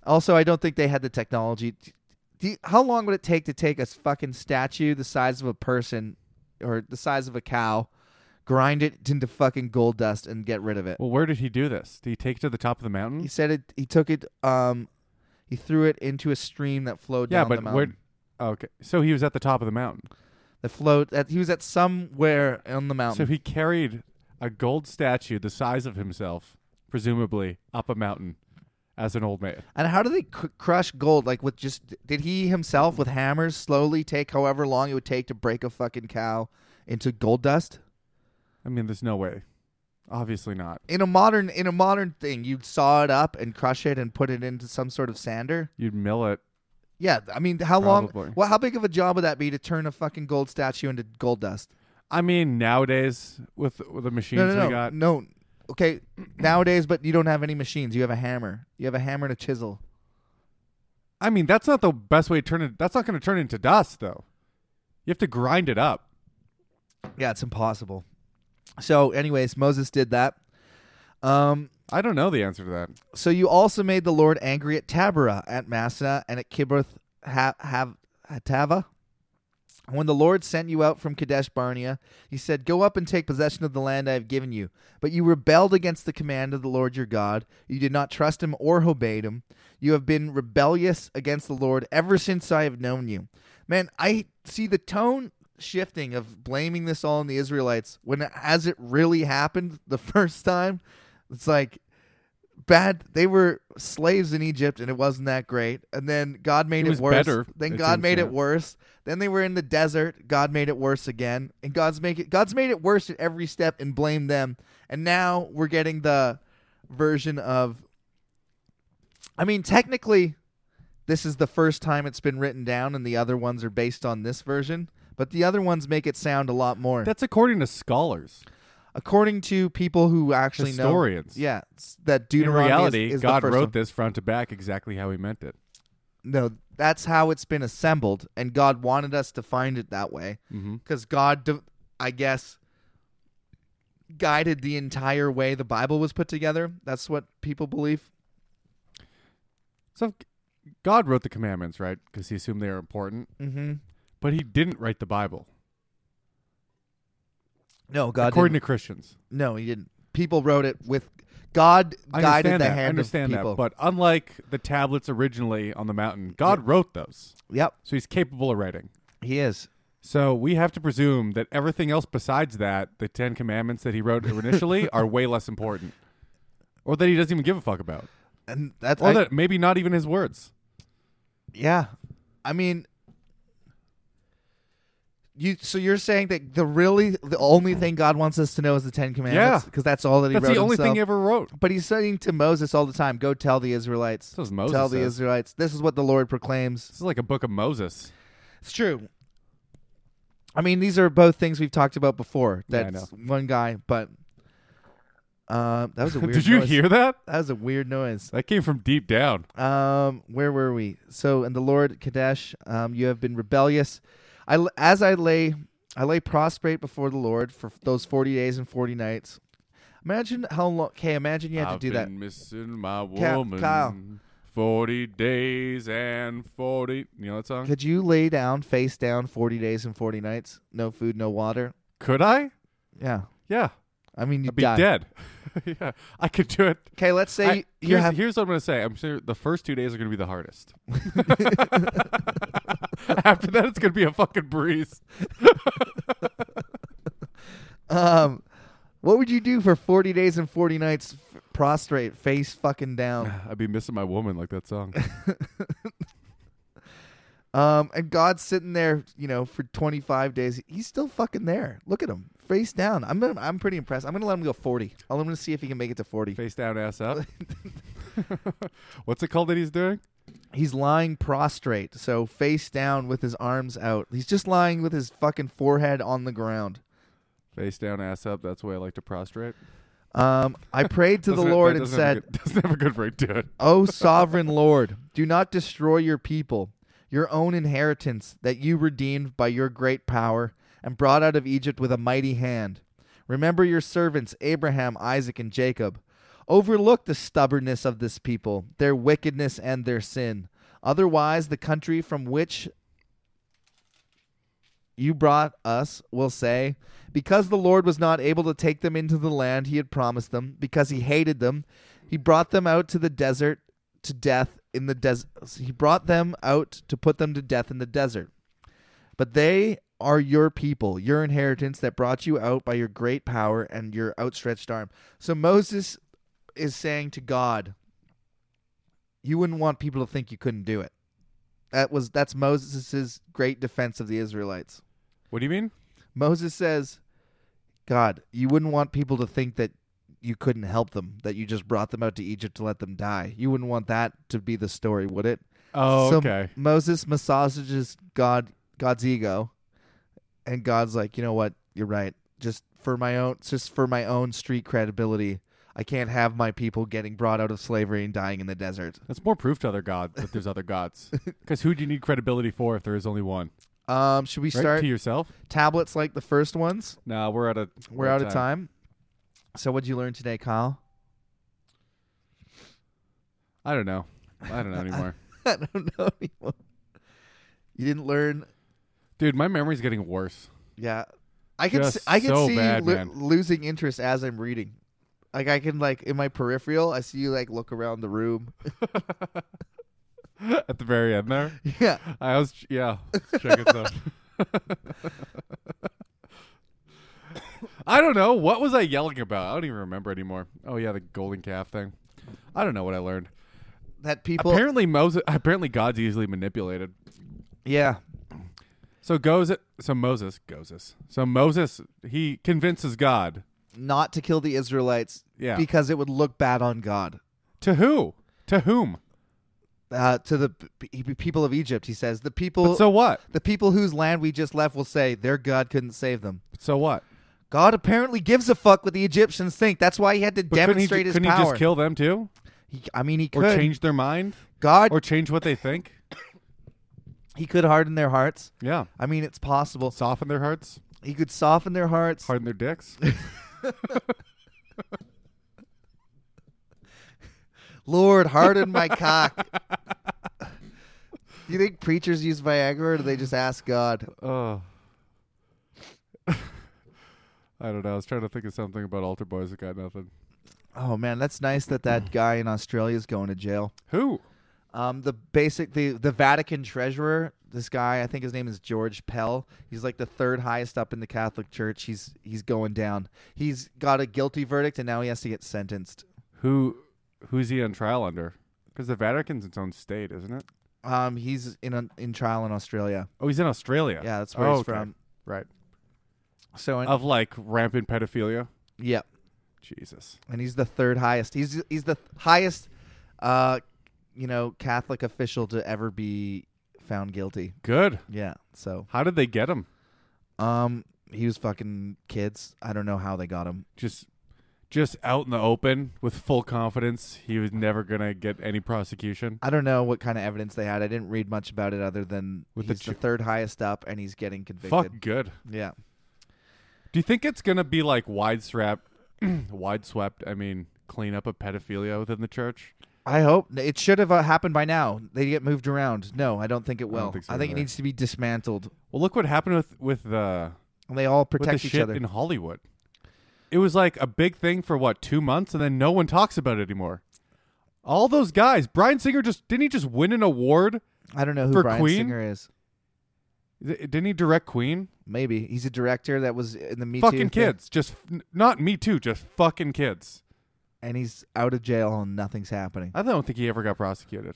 Speaker 1: Also, I don't think they had the technology. D- Do you- how long would it take to take a s- fucking statue the size of a person or the size of a cow, grind it into fucking gold dust, and get rid of it?
Speaker 2: Well, where did he do this? Did he take it to the top of the mountain?
Speaker 1: He said it. He took it. Um, he threw it into a stream that flowed
Speaker 2: yeah,
Speaker 1: down the
Speaker 2: but
Speaker 1: mountain.
Speaker 2: where? Okay, so he was at the top of the mountain.
Speaker 1: The float. At, he was at somewhere on the
Speaker 2: So
Speaker 1: mountain.
Speaker 2: he carried a gold statue the size of himself, presumably, up a mountain, as an old man.
Speaker 1: And how do they cr- crush gold? Like with just did he himself with hammers slowly take however long it would take to break a fucking cow into gold dust?
Speaker 2: I mean, there's no way. Obviously not.
Speaker 1: In a modern in a modern thing, you'd saw it up and crush it and put it into some sort of sander.
Speaker 2: You'd mill it.
Speaker 1: Yeah, I mean, how long?
Speaker 2: Probably.
Speaker 1: Well, how big of a job would that be to turn a fucking gold statue into gold dust?
Speaker 2: I mean, nowadays with, with the machines
Speaker 1: No, no,
Speaker 2: we
Speaker 1: no,
Speaker 2: got,
Speaker 1: no. Okay, nowadays, but you don't have any machines. You have a hammer. You have a hammer and a chisel.
Speaker 2: I mean, that's not the best way to turn it. That's not going to turn into dust, though. You have to grind it up.
Speaker 1: Yeah, it's impossible. So, anyways, Moses did that. Um,
Speaker 2: I don't know the answer to that.
Speaker 1: so you also made the Lord angry at Taberah, at Massa, and at Kibroth ha- Hav- Hatava. When the Lord sent you out from Kadesh Barnea, he said, Go up and take possession of the land I have given you. But you rebelled against the command of the Lord your God. You did not trust him or obeyed him. You have been rebellious against the Lord ever since I have known you. Man, I see the tone shifting of blaming this all on the Israelites when, as it really happened the [LAUGHS] first time, it's like bad. They were slaves in Egypt and it wasn't that great. And then God made
Speaker 2: It
Speaker 1: it,
Speaker 2: was
Speaker 1: worse.
Speaker 2: better,
Speaker 1: Then
Speaker 2: it
Speaker 1: God
Speaker 2: seems,
Speaker 1: made
Speaker 2: yeah.
Speaker 1: it worse. Then they were in the desert. God made it worse again, and God's make it God's made it worse at every step and blamed them. And now we're getting the version of. I mean, technically, this is the first time it's been written down, and the other ones are based on this version. But the other ones make it sound a lot more,
Speaker 2: That's according to scholars.
Speaker 1: according to people who actually
Speaker 2: Historians.
Speaker 1: know. Yeah, s- that
Speaker 2: In
Speaker 1: Deuteronomy is-
Speaker 2: reality,
Speaker 1: is, the
Speaker 2: God
Speaker 1: first
Speaker 2: wrote
Speaker 1: one.
Speaker 2: this front to back exactly how he meant it.
Speaker 1: no that's how it's been assembled and god wanted us to find it that way
Speaker 2: Mm-hmm.
Speaker 1: because god de- i guess guided the entire way the bible was put together that's what people believe
Speaker 2: So God wrote the commandments, right? Because he assumed they were important,
Speaker 1: mm-hmm
Speaker 2: but he didn't write the Bible.
Speaker 1: no god
Speaker 2: according
Speaker 1: didn't.
Speaker 2: to Christians,
Speaker 1: no he didn't people wrote it with god
Speaker 2: I
Speaker 1: guided
Speaker 2: understand
Speaker 1: the
Speaker 2: that.
Speaker 1: hand
Speaker 2: I understand
Speaker 1: of people
Speaker 2: that. But unlike the tablets originally on the mountain, God wrote those,
Speaker 1: yep
Speaker 2: so He's capable of writing.
Speaker 1: he is
Speaker 2: So we have to presume that everything else besides that, the Ten Commandments that He
Speaker 1: [LAUGHS]
Speaker 2: wrote initially, are way less important, or that He doesn't even give a fuck about,
Speaker 1: and that's
Speaker 2: or
Speaker 1: I-
Speaker 2: that maybe not even His words.
Speaker 1: Yeah. I mean you so you're saying that the really the only thing God wants us to know is the 10 commandments
Speaker 2: Yeah.
Speaker 1: because that's all that he
Speaker 2: That's
Speaker 1: wrote
Speaker 2: the only
Speaker 1: himself.
Speaker 2: thing He ever wrote.
Speaker 1: but he's saying to Moses all the time, go tell the Israelites.
Speaker 2: That's what Moses
Speaker 1: tell the
Speaker 2: says.
Speaker 1: Israelites. This is what the Lord proclaims.
Speaker 2: This is like a book of Moses.
Speaker 1: It's true. I mean, these are both things we've talked about before.
Speaker 2: Yeah, I
Speaker 1: That's one guy, but uh, that was
Speaker 2: [LAUGHS]
Speaker 1: a weird
Speaker 2: Did you
Speaker 1: noise.
Speaker 2: hear that?
Speaker 1: That was a weird noise.
Speaker 2: That came from deep down.
Speaker 1: Um, where were we? So, and the Lord Kadesh, um, you have been rebellious. I l- as I lay, I lay prostrate before the Lord for those forty days and forty nights. Imagine how long. Okay, imagine you had
Speaker 2: I've
Speaker 1: to do that.
Speaker 2: been missing my
Speaker 1: Ca-
Speaker 2: woman.
Speaker 1: Kyle.
Speaker 2: Forty days and forty. You know that song?
Speaker 1: Could you lay down face down forty days and forty nights, no food, no water?
Speaker 2: Could I?
Speaker 1: Yeah,
Speaker 2: Yeah,
Speaker 1: I mean you'd
Speaker 2: I'd be
Speaker 1: die.
Speaker 2: dead. [LAUGHS] yeah, I could do it.
Speaker 1: Okay, let's say
Speaker 2: I-
Speaker 1: you, you
Speaker 2: here's,
Speaker 1: have.
Speaker 2: here's what I'm gonna say. I'm sure the first two days are gonna be
Speaker 1: [LAUGHS]
Speaker 2: the hardest. [LAUGHS] After that, it's gonna be a fucking breeze.
Speaker 1: Um, what would you do for forty days and forty nights, f- prostrate, face fucking down?
Speaker 2: [SIGHS] I'd be missing my woman like
Speaker 1: [LAUGHS]
Speaker 2: that song.
Speaker 1: Um, and God's sitting there, you know, for 25 days. He's still fucking there. Look at him, face down. I'm gonna, I'm pretty impressed. I'm gonna let him go 40. I'm gonna see if he can make it to 40.
Speaker 2: Face down, ass up. [LAUGHS] What's it called that he's doing?
Speaker 1: He's lying prostrate, so face down with his arms out. He's just lying with his fucking forehead on the ground.
Speaker 2: Face down, ass up. That's the way I like to prostrate.
Speaker 1: Um,
Speaker 2: [LAUGHS]
Speaker 1: I prayed to the
Speaker 2: Doesn't it-
Speaker 1: Lord
Speaker 2: that
Speaker 1: and
Speaker 2: doesn't have a
Speaker 1: said,
Speaker 2: good- [LAUGHS] "Doesn't have a good ring to it."
Speaker 1: "O sovereign Lord, do not destroy your people, your own inheritance that you redeemed by your great power and brought out of Egypt with a mighty hand. Remember your servants Abraham, Isaac, and Jacob. Overlook the stubbornness of this people, their wickedness and their sin. Otherwise, the country from which you brought us will say, Because the Lord was not able to take them into the land he had promised them, because he hated them, he brought them out to the desert to death in the desert. He brought them out to put them to death in the desert. But they are your people, your inheritance that brought you out by your great power and your outstretched arm. So Moses is saying to God, you wouldn't want people to think you couldn't do it. That was that's Moses' great defense of the Israelites.
Speaker 2: What do you mean?
Speaker 1: Moses says, God, you wouldn't want people to think that you couldn't help them, that you just brought them out to Egypt to let them die. You wouldn't want that to be the story, would it?
Speaker 2: Oh,
Speaker 1: so
Speaker 2: okay.
Speaker 1: Moses massages God God's ego, and God's like, you know what? You're right. Just for my own, just for my own street credibility, I can't have my people getting brought out of slavery and dying in the desert.
Speaker 2: That's more proof to other god that there's
Speaker 1: [LAUGHS]
Speaker 2: other gods. Because who do you need credibility for if there is only one?
Speaker 1: Um, should we
Speaker 2: Right?
Speaker 1: start
Speaker 2: to yourself?
Speaker 1: tablets like the first ones?
Speaker 2: No, we're out of
Speaker 1: We're out of time. So what'd you learn today, Kyle?
Speaker 2: I don't know. I [LAUGHS] don't know anymore.
Speaker 1: [LAUGHS] I don't know anymore. You didn't learn.
Speaker 2: Dude, my memory's getting [LAUGHS] worse.
Speaker 1: Yeah, I can.
Speaker 2: Just
Speaker 1: See, I can
Speaker 2: so
Speaker 1: see
Speaker 2: bad,
Speaker 1: lo-
Speaker 2: man.
Speaker 1: losing interest as I'm reading. Like I can like in my peripheral, I see you like look around the room. [LAUGHS]
Speaker 2: At the very end there.
Speaker 1: yeah.
Speaker 2: I was yeah. let's Check it out. [LAUGHS] I don't know. What was I yelling about? I don't even remember anymore. Oh yeah, the golden calf thing. I don't know what I learned.
Speaker 1: that people
Speaker 2: apparently Moses apparently God's easily manipulated.
Speaker 1: yeah
Speaker 2: So goes so Moses goes this. So Moses he convinces God.
Speaker 1: not to kill the israelites
Speaker 2: Yeah.
Speaker 1: because it would look bad on god
Speaker 2: To who? To whom?
Speaker 1: uh, to the p- p- people of egypt he says the people
Speaker 2: So what?
Speaker 1: the people whose land we just left will say their god couldn't save them
Speaker 2: So what?
Speaker 1: god apparently gives a fuck what the egyptians think that's why he had to
Speaker 2: But couldn't he,
Speaker 1: demonstrate
Speaker 2: ju-
Speaker 1: his
Speaker 2: couldn't
Speaker 1: power
Speaker 2: he just kill them too?
Speaker 1: He- i mean he
Speaker 2: Or
Speaker 1: could
Speaker 2: change their mind?
Speaker 1: god
Speaker 2: Or change what they think?
Speaker 1: he could harden their hearts
Speaker 2: Yeah.
Speaker 1: i mean it's possible
Speaker 2: Soften their hearts?
Speaker 1: he could soften their hearts
Speaker 2: Harden their
Speaker 1: [LAUGHS]
Speaker 2: dicks?
Speaker 1: lord harden my cock do you think preachers use viagra or do they just ask god
Speaker 2: Oh. [LAUGHS] I don't know. I was trying to think of something about altar boys that got nothing.
Speaker 1: Oh man, that's nice that that guy in Australia is going to jail.
Speaker 2: Who?
Speaker 1: Um, the basic the the Vatican treasurer, this guy, I think his name is George Pell. He's like the third highest up in the Catholic Church. He's he's going down. He's got a guilty verdict, and now he has to get sentenced.
Speaker 2: Who who's he on trial under? Because the Vatican's its own state, isn't it?
Speaker 1: Um, he's in a, in trial in Australia.
Speaker 2: Oh, he's in Australia.
Speaker 1: Yeah, that's where
Speaker 2: Oh,
Speaker 1: he's
Speaker 2: okay.
Speaker 1: from.
Speaker 2: Right. Oh.
Speaker 1: So and,
Speaker 2: Of like rampant pedophilia.
Speaker 1: yeah,
Speaker 2: Jesus.
Speaker 1: and he's the third highest. He's he's the highest, uh, you know, Catholic official to ever be found guilty.
Speaker 2: Good.
Speaker 1: Yeah. So
Speaker 2: How did they get him?
Speaker 1: Um, he was fucking kids. I don't know how they got him.
Speaker 2: Just just out in the open with full confidence he was never gonna get any prosecution.
Speaker 1: I don't know what kind of evidence they had. I didn't read much about it other than
Speaker 2: With the
Speaker 1: he's the,
Speaker 2: ju-
Speaker 1: third highest up and he's getting convicted.
Speaker 2: Fuck good.
Speaker 1: Yeah.
Speaker 2: Do you think it's gonna be like wide [CLEARS THROAT] swept wide swept, I mean, clean up of pedophilia within the church?
Speaker 1: I hope it should have uh, happened by now. They get moved around. No, I don't think it will. I
Speaker 2: think so
Speaker 1: it
Speaker 2: either.
Speaker 1: needs to be dismantled.
Speaker 2: Well look what happened with, with the
Speaker 1: And they all
Speaker 2: with the
Speaker 1: protect each
Speaker 2: shit
Speaker 1: other.
Speaker 2: in Hollywood. It was like a big thing for what two months, and then no one talks about it anymore. All those guys, Brian Singer just didn't he just win an award?
Speaker 1: I don't know who
Speaker 2: for
Speaker 1: Brian
Speaker 2: Queen?
Speaker 1: Singer is.
Speaker 2: Th- Didn't he direct Queen?
Speaker 1: Maybe he's a director that was in the Me Too
Speaker 2: fucking
Speaker 1: thing,
Speaker 2: kids, just n- not me too, just fucking kids.
Speaker 1: and he's out of jail and nothing's happening.
Speaker 2: I don't think he ever got prosecuted.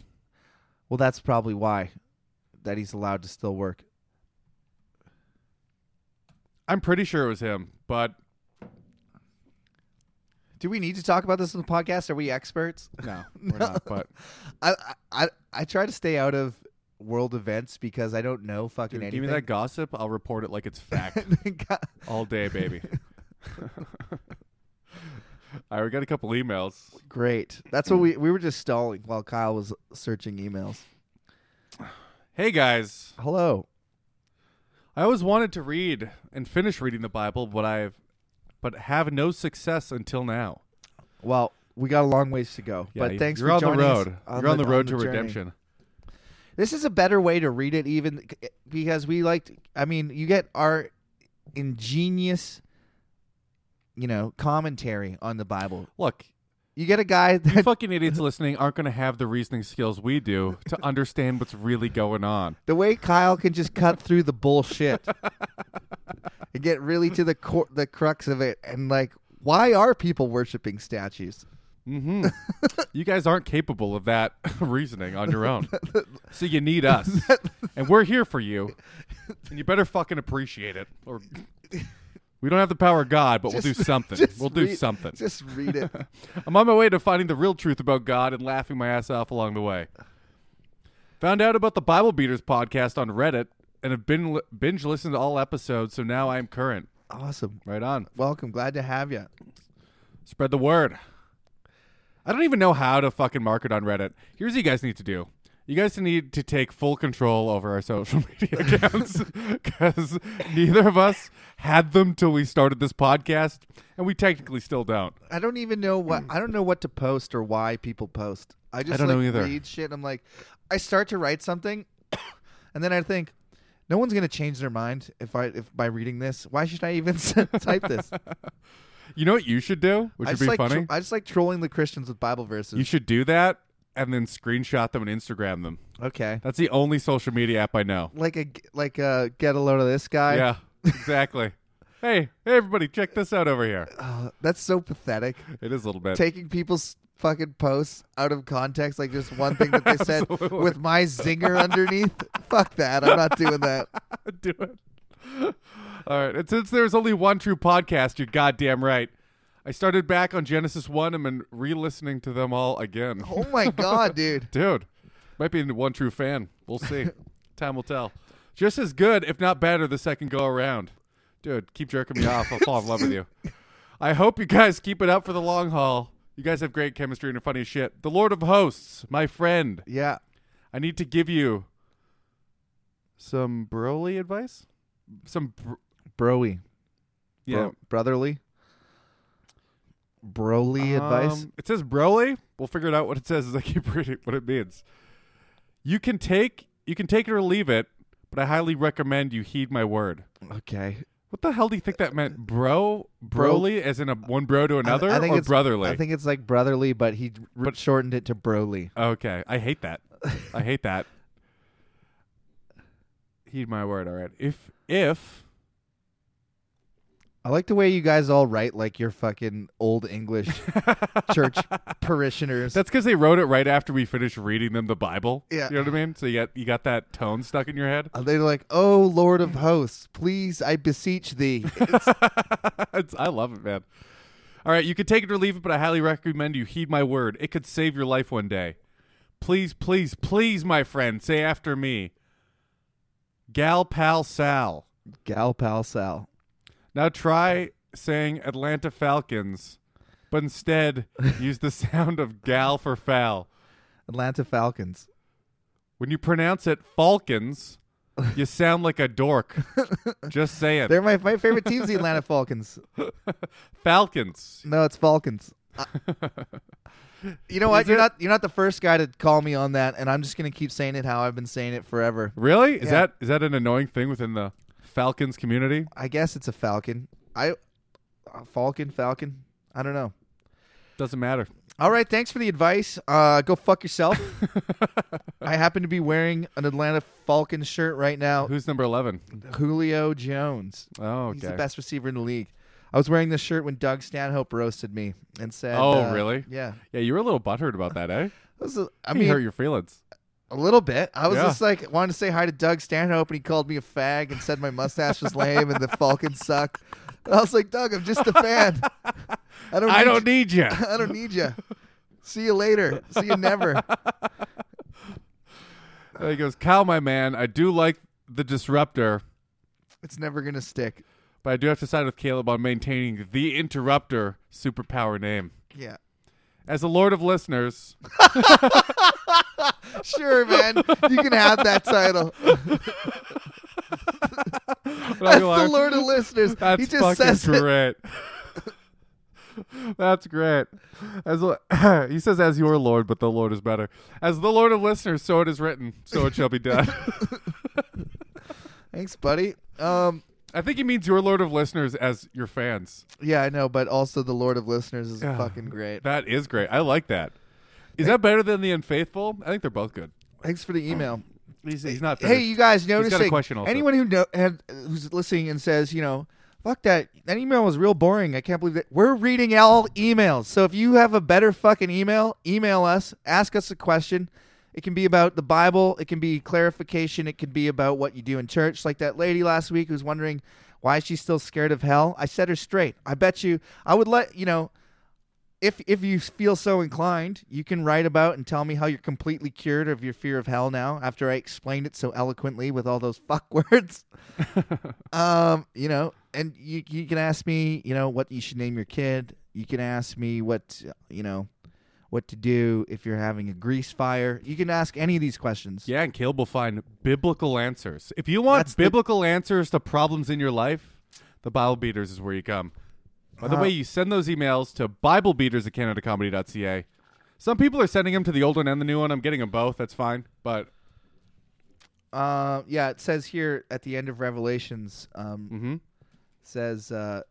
Speaker 1: Well, that's probably why that he's allowed to still work.
Speaker 2: I'm pretty sure it was him, but
Speaker 1: Do we need to talk about this in the podcast? Are we experts?
Speaker 2: no, [LAUGHS] we're not. But
Speaker 1: I I I try to stay out of world events because I don't know fucking
Speaker 2: Dude, give me
Speaker 1: anything.
Speaker 2: that gossip. I'll report it like
Speaker 1: [LAUGHS]
Speaker 2: it's fact
Speaker 1: God-
Speaker 2: all day, baby. All right, we got a couple emails.
Speaker 1: Great. That's what we we were just stalling while Kyle was searching emails.
Speaker 2: Hey guys,
Speaker 1: Hello.
Speaker 2: I always wanted to read and finish reading the Bible, but I've but have no success until now.
Speaker 1: Well, we got a long ways to go,
Speaker 2: Yeah,
Speaker 1: but thanks
Speaker 2: you're
Speaker 1: for
Speaker 2: on the
Speaker 1: joining us
Speaker 2: road. you're on the road to
Speaker 1: journey.
Speaker 2: redemption.
Speaker 1: This is a better way to read it, even c- because we like. I mean, you get our ingenious, you know, commentary on the Bible.
Speaker 2: Look,
Speaker 1: You get a guy [LAUGHS]
Speaker 2: you
Speaker 1: that
Speaker 2: fucking idiots listening aren't going to have the reasoning skills we do to understand what's really going on.
Speaker 1: The way Kyle can just cut through the
Speaker 2: [LAUGHS]
Speaker 1: bullshit and get really to the cor- the crux of it, and like, why are people worshiping statues?
Speaker 2: Mm-hmm. you guys aren't capable of that [LAUGHS] reasoning on
Speaker 1: [LAUGHS]
Speaker 2: your own. [LAUGHS] so you need us. and we're here for you. And you better fucking appreciate it. Or we don't have the power of God, but we'll do
Speaker 1: Just-
Speaker 2: something.
Speaker 1: [LAUGHS] just
Speaker 2: We'll do
Speaker 1: read-
Speaker 2: something.
Speaker 1: Just read
Speaker 2: [LAUGHS]
Speaker 1: it.
Speaker 2: I'm on my way to finding the real truth about God and laughing my ass off along the way. Found out about the Bible Beaters podcast on Reddit and have been binge listened to all episodes, so now I am current.
Speaker 1: awesome.
Speaker 2: Right on.
Speaker 1: Welcome. Glad to have you.
Speaker 2: Spread the word. I don't even know how to fucking market on Reddit. Here's what you guys need to do. You guys need to take full control over our social [LAUGHS] media accounts because neither of us had them till we started this podcast, and we technically still don't.
Speaker 1: I don't even know what I don't know what to post or why people post. I just
Speaker 2: Hmm. don't
Speaker 1: like,
Speaker 2: know either.
Speaker 1: read shit. And I'm like, I start to write something, [COUGHS] and then I think, no one's gonna change their mind if I if by reading this. Why should I even [LAUGHS] type this?
Speaker 2: [LAUGHS] You know what you should do, which
Speaker 1: I
Speaker 2: would
Speaker 1: just
Speaker 2: be
Speaker 1: like tro-
Speaker 2: funny.
Speaker 1: I just like trolling the Christians with Bible verses.
Speaker 2: You should do that and then screenshot them and Instagram them.
Speaker 1: okay,
Speaker 2: That's the only social media app I know.
Speaker 1: like a like a get a load of this guy.
Speaker 2: yeah, exactly. hey, hey, everybody, check this out over here.
Speaker 1: Oh, that's so
Speaker 2: [LAUGHS]
Speaker 1: pathetic.
Speaker 2: It is a little bit.
Speaker 1: Taking people's fucking posts out of context, like just one thing
Speaker 2: [LAUGHS]
Speaker 1: that they said
Speaker 2: Absolutely.
Speaker 1: with my zinger underneath. Fuck that. I'm not doing
Speaker 2: [LAUGHS]
Speaker 1: that.
Speaker 2: do it. All right. And since there's only one true podcast, you're goddamn right. I started back on Genesis 1 and been re listening to them all again.
Speaker 1: Oh my god, dude.
Speaker 2: [LAUGHS] Dude, might be the one true fan. We'll see. Time will tell. Just as good, if not better, the second go around. Dude, keep jerking me off. I'll fall in love with you. I hope you guys keep it up for the long haul. You guys have great chemistry and are funny as shit. The Lord of Hosts, my friend,
Speaker 1: Yeah.
Speaker 2: I need to give you some broly advice. Some br-
Speaker 1: Broy.
Speaker 2: yeah,
Speaker 1: Bro- brotherly. Broly advice.
Speaker 2: Um, It says Broly. We'll figure it out what it says as I keep [LAUGHS] reading what it means. You can take you can take it or leave it, but I highly recommend you heed my word.
Speaker 1: Okay.
Speaker 2: What the hell do you think that meant? Bro
Speaker 1: Bro-
Speaker 2: Broly as in a one bro to
Speaker 1: I th-
Speaker 2: another
Speaker 1: I think
Speaker 2: or
Speaker 1: it's,
Speaker 2: brotherly?
Speaker 1: I think it's like brotherly, but he r-
Speaker 2: But-
Speaker 1: shortened it to Broly.
Speaker 2: okay. I hate that. I
Speaker 1: [LAUGHS]
Speaker 2: hate that. Heed my word, all right. If if
Speaker 1: I like the way you guys all write like your fucking old
Speaker 2: [LAUGHS]
Speaker 1: English church parishioners.
Speaker 2: that's because they wrote it right after we finished reading them the Bible.
Speaker 1: Yeah.
Speaker 2: You know what I mean? So you got you got that tone stuck in your head.
Speaker 1: Uh, They're like, "Oh Lord of Hosts, please, I beseech thee." [LAUGHS]
Speaker 2: [LAUGHS] It's- I love it, man. All right, you can take it or leave it, but I highly recommend you heed my word. It could save your life one day. Please, please, please, my friend, say after me. Gal pal Sal.
Speaker 1: Gal pal Sal.
Speaker 2: Now try saying Atlanta Falcons, but instead use the sound of gal for foul.
Speaker 1: Atlanta Falcons.
Speaker 2: When you pronounce it Falcons, you sound like
Speaker 1: [LAUGHS]
Speaker 2: a dork. Just saying.
Speaker 1: They're my, my favorite teams, the Atlanta Falcons.
Speaker 2: Falcons.
Speaker 1: No, it's Falcons. I- [LAUGHS] you know what?
Speaker 2: Is
Speaker 1: You're
Speaker 2: it-
Speaker 1: not you're not the first guy to call me on that, and I'm just gonna keep saying it how I've been saying it forever.
Speaker 2: Really? Is
Speaker 1: Yeah.
Speaker 2: that is that an annoying thing within the Falcons community?
Speaker 1: I guess it's a Falcon. I uh, Falcon Falcon. I don't know.
Speaker 2: Doesn't matter.
Speaker 1: All right, thanks for the advice. Uh, go fuck
Speaker 2: [LAUGHS]
Speaker 1: yourself. I happen to be wearing an Atlanta Falcons shirt right now.
Speaker 2: Who's number eleven?
Speaker 1: Julio Jones.
Speaker 2: Oh, okay.
Speaker 1: He's the best receiver in the league. I was wearing this shirt when Doug Stanhope roasted me and said,
Speaker 2: Oh,
Speaker 1: uh,
Speaker 2: really?
Speaker 1: Yeah.
Speaker 2: Yeah, you were a little butthurt about that, eh?
Speaker 1: That was a- I
Speaker 2: I
Speaker 1: mean,
Speaker 2: hurt your feelings.
Speaker 1: A little bit. I was
Speaker 2: Yeah.
Speaker 1: just like wanted to say hi to Doug Stanhope, and he called me a fag and said my mustache was lame and the Falcons suck. And I was like, Doug, I'm just a
Speaker 2: [LAUGHS]
Speaker 1: fan. I don't.
Speaker 2: I
Speaker 1: need
Speaker 2: don't need you.
Speaker 1: [LAUGHS] I don't need you. See you later. See you never.
Speaker 2: he goes, Cal, my man, I do like the disruptor,
Speaker 1: It's never gonna stick.
Speaker 2: but I do have to side with Caleb on maintaining the interrupter superpower name.
Speaker 1: Yeah.
Speaker 2: As the Lord
Speaker 1: [LAUGHS]
Speaker 2: of Listeners,
Speaker 1: Sure, man. You can have that
Speaker 2: [LAUGHS]
Speaker 1: title.
Speaker 2: that's
Speaker 1: That's the Lord of Listeners.
Speaker 2: That's
Speaker 1: he
Speaker 2: fucking
Speaker 1: just says it.
Speaker 2: great. [LAUGHS] That's great. As lo- [COUGHS] he says, "As your Lord, but the Lord is better." As the Lord of listeners, so it is written, so it shall be
Speaker 1: [LAUGHS]
Speaker 2: done.
Speaker 1: Thanks, buddy. Um,
Speaker 2: I think he means your Lord of listeners as your fans.
Speaker 1: yeah, I know, but also the Lord of Listeners is
Speaker 2: Yeah.
Speaker 1: fucking great.
Speaker 2: That is great. I like that. Is that better than the unfaithful? I think they're both good.
Speaker 1: Thanks for the email.
Speaker 2: He's, he's not.
Speaker 1: Hey, you guys,
Speaker 2: got a
Speaker 1: noticing
Speaker 2: question also.
Speaker 1: anyone who know, had, who's listening and says, you know, fuck that. That email was real boring. I can't believe that. We're reading all emails. So if you have a better fucking email, email us, ask us a question. It can be about the Bible, it can be clarification, it can be about what you do in church. Like that lady last week who's wondering why she's still scared of hell. I set her straight. I bet you I would let you know if if you feel so inclined, you can write about and tell me how you're completely cured of your fear of hell now after I explained it so eloquently with all those [LAUGHS] fuck words. um, you know, and you you can ask me, you know, what you should name your kid. You can ask me what, you know, what to do if you're having a grease fire. You can ask any of these questions.
Speaker 2: Yeah, and Caleb will find biblical answers. If you want
Speaker 1: That's the-
Speaker 2: biblical answers to problems in your life, the Bible Beaters is where you come. By the way, you send those emails to BibleBeaters at CanadaComedy.ca. Some people are sending them to the old one and the new one. I'm getting them both. That's fine. But
Speaker 1: Uh, yeah, it says here at the end of Revelations, um, says, uh,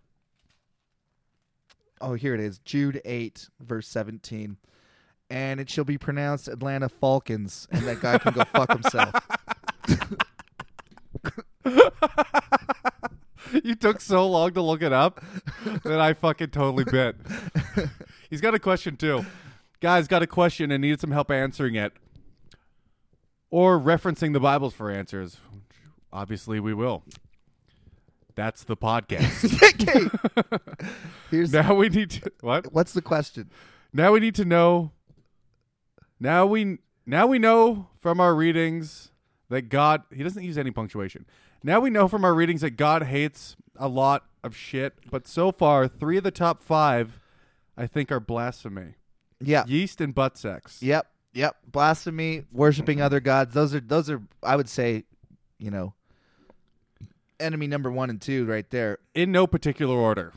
Speaker 1: oh, here it is, Jude 8, verse 17. And it shall be pronounced Atlanta Falcons, and that guy can go fuck himself. [LAUGHS]
Speaker 2: you took so long to look it up that I fucking totally bit. He's got a question too. Guys, got a question and needed some help answering it or referencing the Bibles for answers. Obviously, we will. That's
Speaker 1: [LAUGHS]
Speaker 2: the podcast.
Speaker 1: Okay. Here's
Speaker 2: now we need to what?
Speaker 1: what's the question?
Speaker 2: Now we need to know. Now we now we know from our readings that God he doesn't use any punctuation. Now we know from our readings that God hates a lot of shit, but so far three of the top five I think are blasphemy.
Speaker 1: Yeah.
Speaker 2: Yeast and butt sex.
Speaker 1: Yep. Yep. Blasphemy, worshiping other gods. Those are those are I would say, you know, enemy number 1 and 2 right there.
Speaker 2: In no particular order.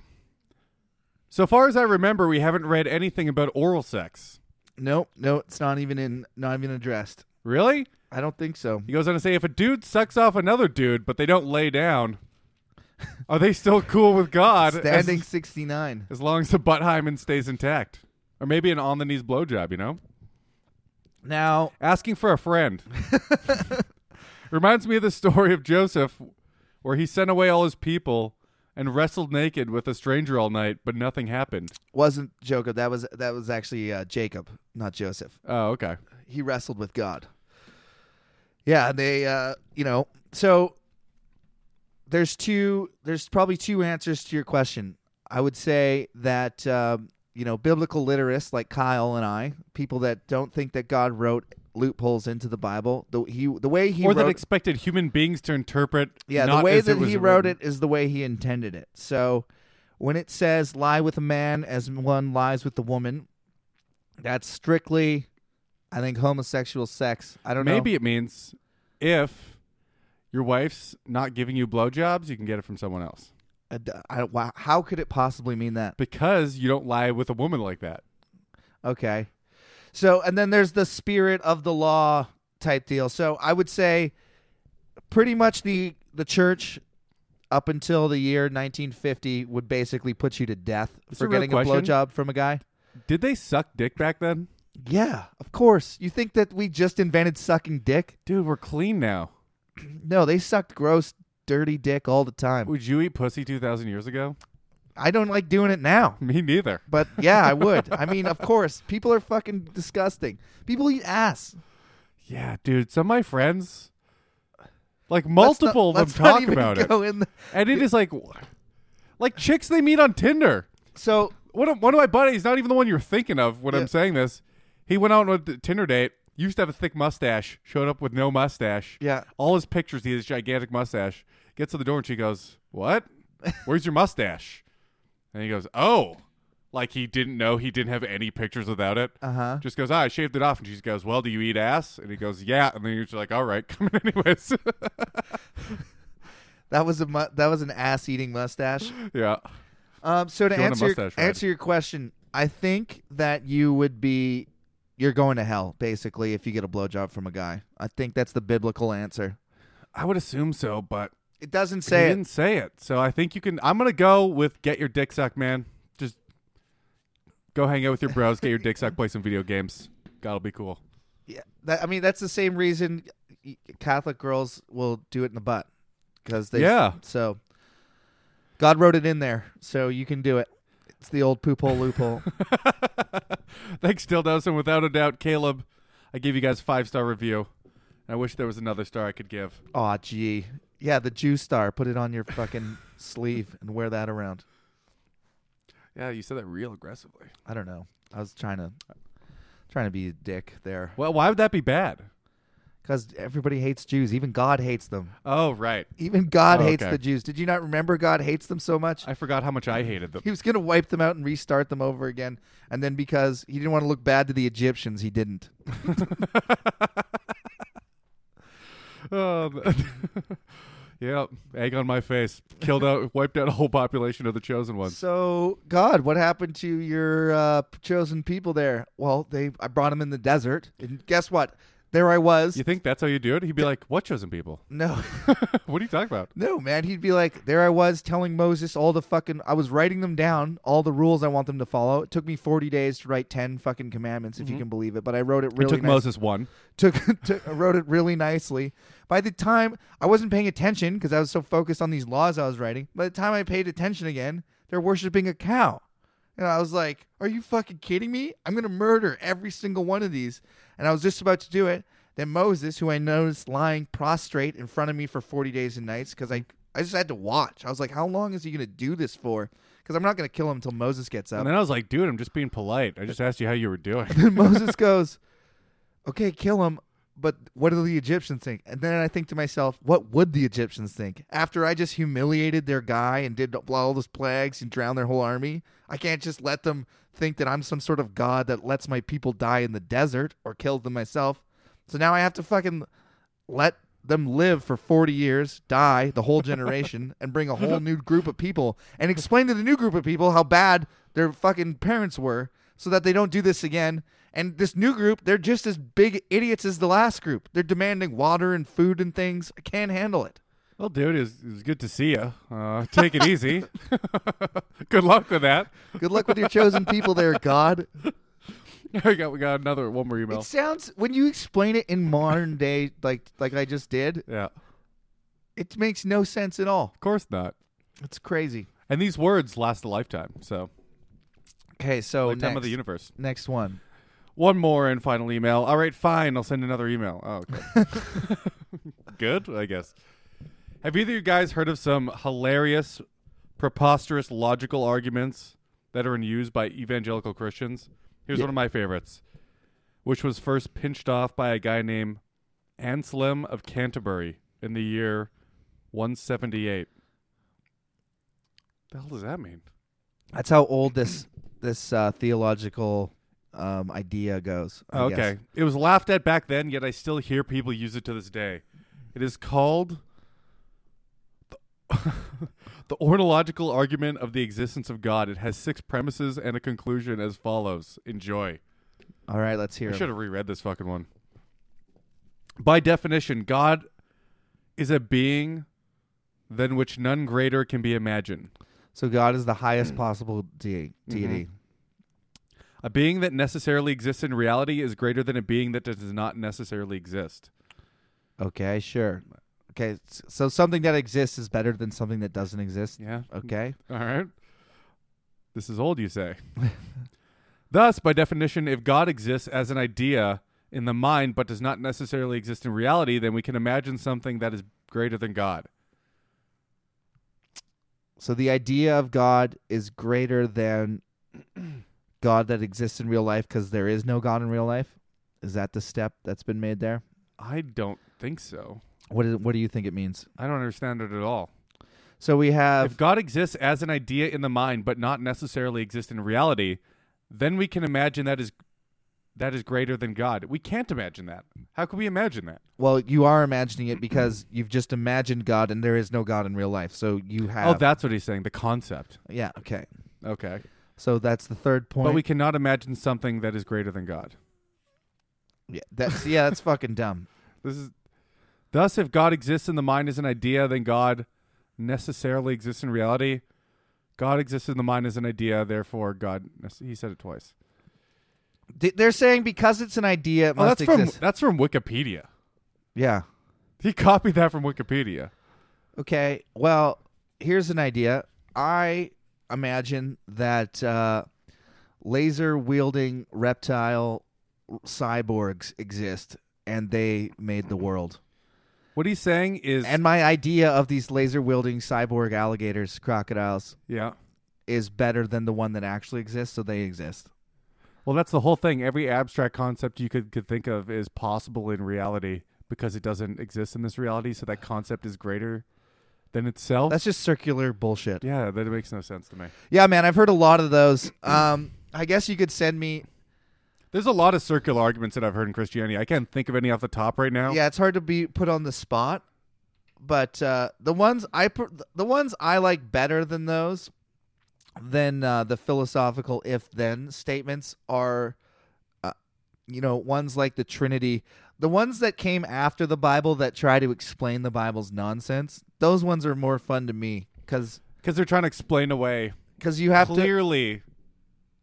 Speaker 2: So far as I remember, we haven't read anything about oral sex.
Speaker 1: Nope, no, it's not even in not even addressed.
Speaker 2: Really?
Speaker 1: I don't think so.
Speaker 2: He goes on to say if a dude sucks off another dude but they don't lay down, [LAUGHS] are they still cool with God? as-
Speaker 1: Standing 69.
Speaker 2: As long as the butt hymen stays intact. Or maybe an on the knees blowjob, you know?
Speaker 1: Now,
Speaker 2: Asking for
Speaker 1: [LAUGHS]
Speaker 2: a friend. Reminds me of the story of Joseph where he sent away all his people and wrestled naked with a stranger all night, but nothing happened.
Speaker 1: wasn't Jacob. That was that was actually uh, Jacob, not Joseph.
Speaker 2: Oh, okay.
Speaker 1: He wrestled with God. Yeah, they uh, you know, so there's two there's probably two answers to your question. I would say that um, you know, biblical literists like Kyle and I, people that don't think that God wrote loopholes into the Bible, the he the way he
Speaker 2: or
Speaker 1: wrote
Speaker 2: that expected human beings to interpret.
Speaker 1: Yeah, the
Speaker 2: not
Speaker 1: way
Speaker 2: as
Speaker 1: that
Speaker 2: it was
Speaker 1: he wrote
Speaker 2: written.
Speaker 1: it is the way he intended it. So when it says lie with a man as one lies with the woman, that's strictly I think homosexual sex. I don't
Speaker 2: Maybe
Speaker 1: know.
Speaker 2: it means if your wife's not giving you blowjobs, you can get it from someone else.
Speaker 1: Maybe I, don't- wow, how could it possibly mean that?
Speaker 2: Because you don't lie with a woman like that.
Speaker 1: Okay. So and then there's the spirit of the law type deal. So I would say pretty much the the church up until the year 1950 would basically put you to death
Speaker 2: It's a
Speaker 1: for
Speaker 2: real
Speaker 1: getting a
Speaker 2: question.
Speaker 1: blowjob from a guy.
Speaker 2: Did they suck dick back then?
Speaker 1: Yeah, of course. You think that we just invented sucking dick?
Speaker 2: Dude, we're clean now.
Speaker 1: No, they sucked gross, dirty dick all the time.
Speaker 2: Would you eat pussy 2,000 years ago?
Speaker 1: I don't like doing it now.
Speaker 2: Me neither.
Speaker 1: But yeah, I would. I mean, of course. People are fucking disgusting. People eat ass.
Speaker 2: Yeah, dude. Some of my friends,
Speaker 1: Let's
Speaker 2: like
Speaker 1: not-
Speaker 2: multiple
Speaker 1: let's
Speaker 2: of them,
Speaker 1: not
Speaker 2: talk
Speaker 1: even
Speaker 2: about it.
Speaker 1: go in the-
Speaker 2: And it is like, like chicks they meet on Tinder.
Speaker 1: so
Speaker 2: One of, one of my buddies, not even the one you're thinking of when
Speaker 1: Yeah.
Speaker 2: I'm saying this, he went out on a Tinder date, used to have a thick mustache, showed up with no mustache.
Speaker 1: Yeah.
Speaker 2: All his pictures, he has this gigantic mustache. Gets to the door and she goes, What? Where's your mustache? And he goes, Oh. Like he didn't know he didn't have any pictures without it.
Speaker 1: Uh-huh.
Speaker 2: Just goes, ah, I shaved it off. And she goes, Well, do you eat ass? And he goes, Yeah. And then you're just like, All right, [LAUGHS] come in anyways.
Speaker 1: that was a mu- that was an ass eating mustache.
Speaker 2: yeah.
Speaker 1: Um, so to
Speaker 2: Doing a
Speaker 1: answer your,
Speaker 2: mustache ride.
Speaker 1: answer your question, I think that you would be you're going to hell basically if you get a blowjob from a guy. I think that's the biblical answer.
Speaker 2: I would assume so, but
Speaker 1: It doesn't
Speaker 2: he
Speaker 1: say it.
Speaker 2: didn't say it. So I think you can. I'm gonna go with get your dick sucked, man. Just go hang out with your bros, get your dick sucked, play some video games. That'll be cool.
Speaker 1: Yeah, that, I mean that's the same reason Catholic girls will do it in the butt because they
Speaker 2: Yeah.
Speaker 1: So God wrote it in there, so you can do it. It's the old poop hole loophole.
Speaker 2: [LAUGHS] Thanks, Still Does, and without a doubt, Caleb, I gave you guys five star review. I wish there was another star I could give.
Speaker 1: Aw, gee. Yeah, the Jew star. Put it on your fucking sleeve and wear that around.
Speaker 2: Yeah, you said that real aggressively.
Speaker 1: I don't know. I was trying to trying to be a dick there
Speaker 2: Well, why would that be bad?
Speaker 1: because everybody hates Jews. Even God hates them.
Speaker 2: Oh, right.
Speaker 1: Even God
Speaker 2: Oh,
Speaker 1: hates
Speaker 2: okay.
Speaker 1: the Jews. Did you not remember God hates them so much?
Speaker 2: I forgot how much I hated [LAUGHS] them.
Speaker 1: he was going to wipe them out and restart them over again. And then because he didn't want to look bad to the Egyptians, he didn't.
Speaker 2: Um, [LAUGHS] yep. Egg on my face. Killed out, wiped out a whole population of the chosen ones.
Speaker 1: So, God, what happened to your uh, chosen people there? Well, they I brought them in the desert. And guess what? There I was.
Speaker 2: You think that's how you do it? He'd be like, "What chosen people?
Speaker 1: [LAUGHS]
Speaker 2: [LAUGHS]
Speaker 1: no.
Speaker 2: what are you talking about?"
Speaker 1: No, man. He'd be like, there I was telling Moses all the fucking. I was writing them down, all the rules I want them to follow. It took me 40 days to write 10 fucking commandments, if you can believe it. But I wrote it really
Speaker 2: Mm-hmm. it took
Speaker 1: nice-
Speaker 2: Moses one.
Speaker 1: Took, [LAUGHS] took, I wrote it really nicely. By the time I wasn't paying attention because I was so focused on these laws I was writing, by the time I paid attention again, they're worshiping a cow. And I was like, are you fucking kidding me? I'm going to murder every single one of these. And I was just about to do it. Then Moses, who I noticed lying prostrate in front of me for 40 days and nights, because I, I just had to watch. I was like, how long is he going to do this for? Because I'm not going to kill him until Moses gets up.
Speaker 2: And then I was like, "Dude, I'm just being polite. I just asked you how you
Speaker 1: [LAUGHS]
Speaker 2: were doing."
Speaker 1: And Moses goes, "Okay, kill him." But what do the Egyptians think? And then I think to myself, what would the Egyptians think after I just humiliated their guy and did all those plagues and drowned their whole army? I can't just let them think that I'm some sort of god that lets my people die in the desert or kills them myself. So now I have to fucking let them live for 40 years, die the whole generation, and bring a whole new group of people and explain to the new group of people how bad their fucking parents were so that they don't do this again. And this new group, they're just as big idiots as the last group. They're demanding water and food and things. I can't handle it.
Speaker 2: well, dude, it was, it was good to see you. Uh, take it easy. [LAUGHS] good luck with that. [LAUGHS]
Speaker 1: Good luck with your chosen people there, God.
Speaker 2: we got we got another one more email.
Speaker 1: It sounds when you explain it in modern day like like I just did,
Speaker 2: yeah, of
Speaker 1: it makes no sense at all.
Speaker 2: course not.
Speaker 1: It's crazy.
Speaker 2: And these words last a lifetime. So
Speaker 1: Okay, so
Speaker 2: lifetime
Speaker 1: next,
Speaker 2: of the universe.
Speaker 1: next one.
Speaker 2: One more and final email. All right, fine. I'll send another email. Oh, okay. good, I guess. Have either of you guys heard of some hilarious, preposterous logical arguments that are in use by evangelical Christians? Here's
Speaker 1: Yeah.
Speaker 2: one of my favorites, which was first pinched off by a guy named Anselm of Canterbury in the year 178. The hell does that mean?
Speaker 1: That's how old this this uh, theological um, idea goes. I
Speaker 2: Oh, Okay.
Speaker 1: guess.
Speaker 2: It was laughed at back then, yet I still hear people use it to this day. It is called [LAUGHS] the, the ornological argument of the existence of God. It has six premises and a conclusion as follows. Enjoy.
Speaker 1: All right, let's hear.
Speaker 2: I
Speaker 1: it.
Speaker 2: should have reread this fucking one. By definition, God is a being than which none greater can be imagined.
Speaker 1: So God is the
Speaker 2: Mm.
Speaker 1: highest possible de-
Speaker 2: Mm-hmm.
Speaker 1: deity.
Speaker 2: A being that necessarily exists in reality is greater than a being that does not necessarily exist.
Speaker 1: Okay, sure. Okay, s- so something that exists is better than something that doesn't exist.
Speaker 2: Yeah.
Speaker 1: Okay,
Speaker 2: All right. This is old, you say. [LAUGHS] Thus, by definition, if God exists as an idea in the mind but does not necessarily exist in reality, then we can imagine something that is greater than God.
Speaker 1: so the idea of God is greater than [CLEARS THROAT] God that exists in real life because there is no God in real life. Is that the step that's been made there?
Speaker 2: I don't think so.
Speaker 1: What is, What do you think it means?
Speaker 2: I don't understand it at all.
Speaker 1: So we have
Speaker 2: If God exists as an idea in the mind but not necessarily exist in reality, then we can imagine that is that is greater than God. We can't imagine that. How can we imagine that?
Speaker 1: Well, you are imagining it because you've just imagined God, and there is no God in real life. So you have.
Speaker 2: Oh, that's what he's saying, the concept.
Speaker 1: yeah. Okay.
Speaker 2: Okay.
Speaker 1: So that's the third point.
Speaker 2: But we cannot imagine something that is greater than God.
Speaker 1: yeah, that's yeah, that's fucking dumb.
Speaker 2: This is thus if God exists in the mind as an idea, then God necessarily exists in reality. God exists in the mind as an idea, therefore God. He said it twice.
Speaker 1: D- They're saying because it's an idea, it
Speaker 2: Oh,
Speaker 1: must
Speaker 2: that's from
Speaker 1: exist.
Speaker 2: that's from Wikipedia.
Speaker 1: yeah.
Speaker 2: He copied that from Wikipedia.
Speaker 1: Okay. Well, here's an idea. I imagine that uh, laser wielding reptile cyborgs exist, and they made the world.
Speaker 2: What he's saying is,
Speaker 1: And my idea of these laser wielding cyborg alligators, crocodiles,
Speaker 2: yeah.
Speaker 1: is better than the one that actually exists, so they exist.
Speaker 2: Well, that's the whole thing. Every abstract concept you could, could think of is possible in reality because it doesn't exist in this reality. So that concept is greater than itself.
Speaker 1: That's just circular bullshit.
Speaker 2: yeah, that makes no sense to me.
Speaker 1: Yeah, man, I've heard a lot of those. Um, I guess you could send me.
Speaker 2: There's a lot of circular arguments that I've heard in Christianity. I can't think of any off the top right now.
Speaker 1: Yeah, it's hard to be put on the spot, but uh, the ones I pr- the ones I like better than those, than uh, the philosophical if then statements are, uh, you know, ones like the Trinity. The ones that came after the Bible that try to explain the Bible's nonsense, those ones are more fun to me because
Speaker 2: Because they're trying to explain away
Speaker 1: you have to
Speaker 2: clearly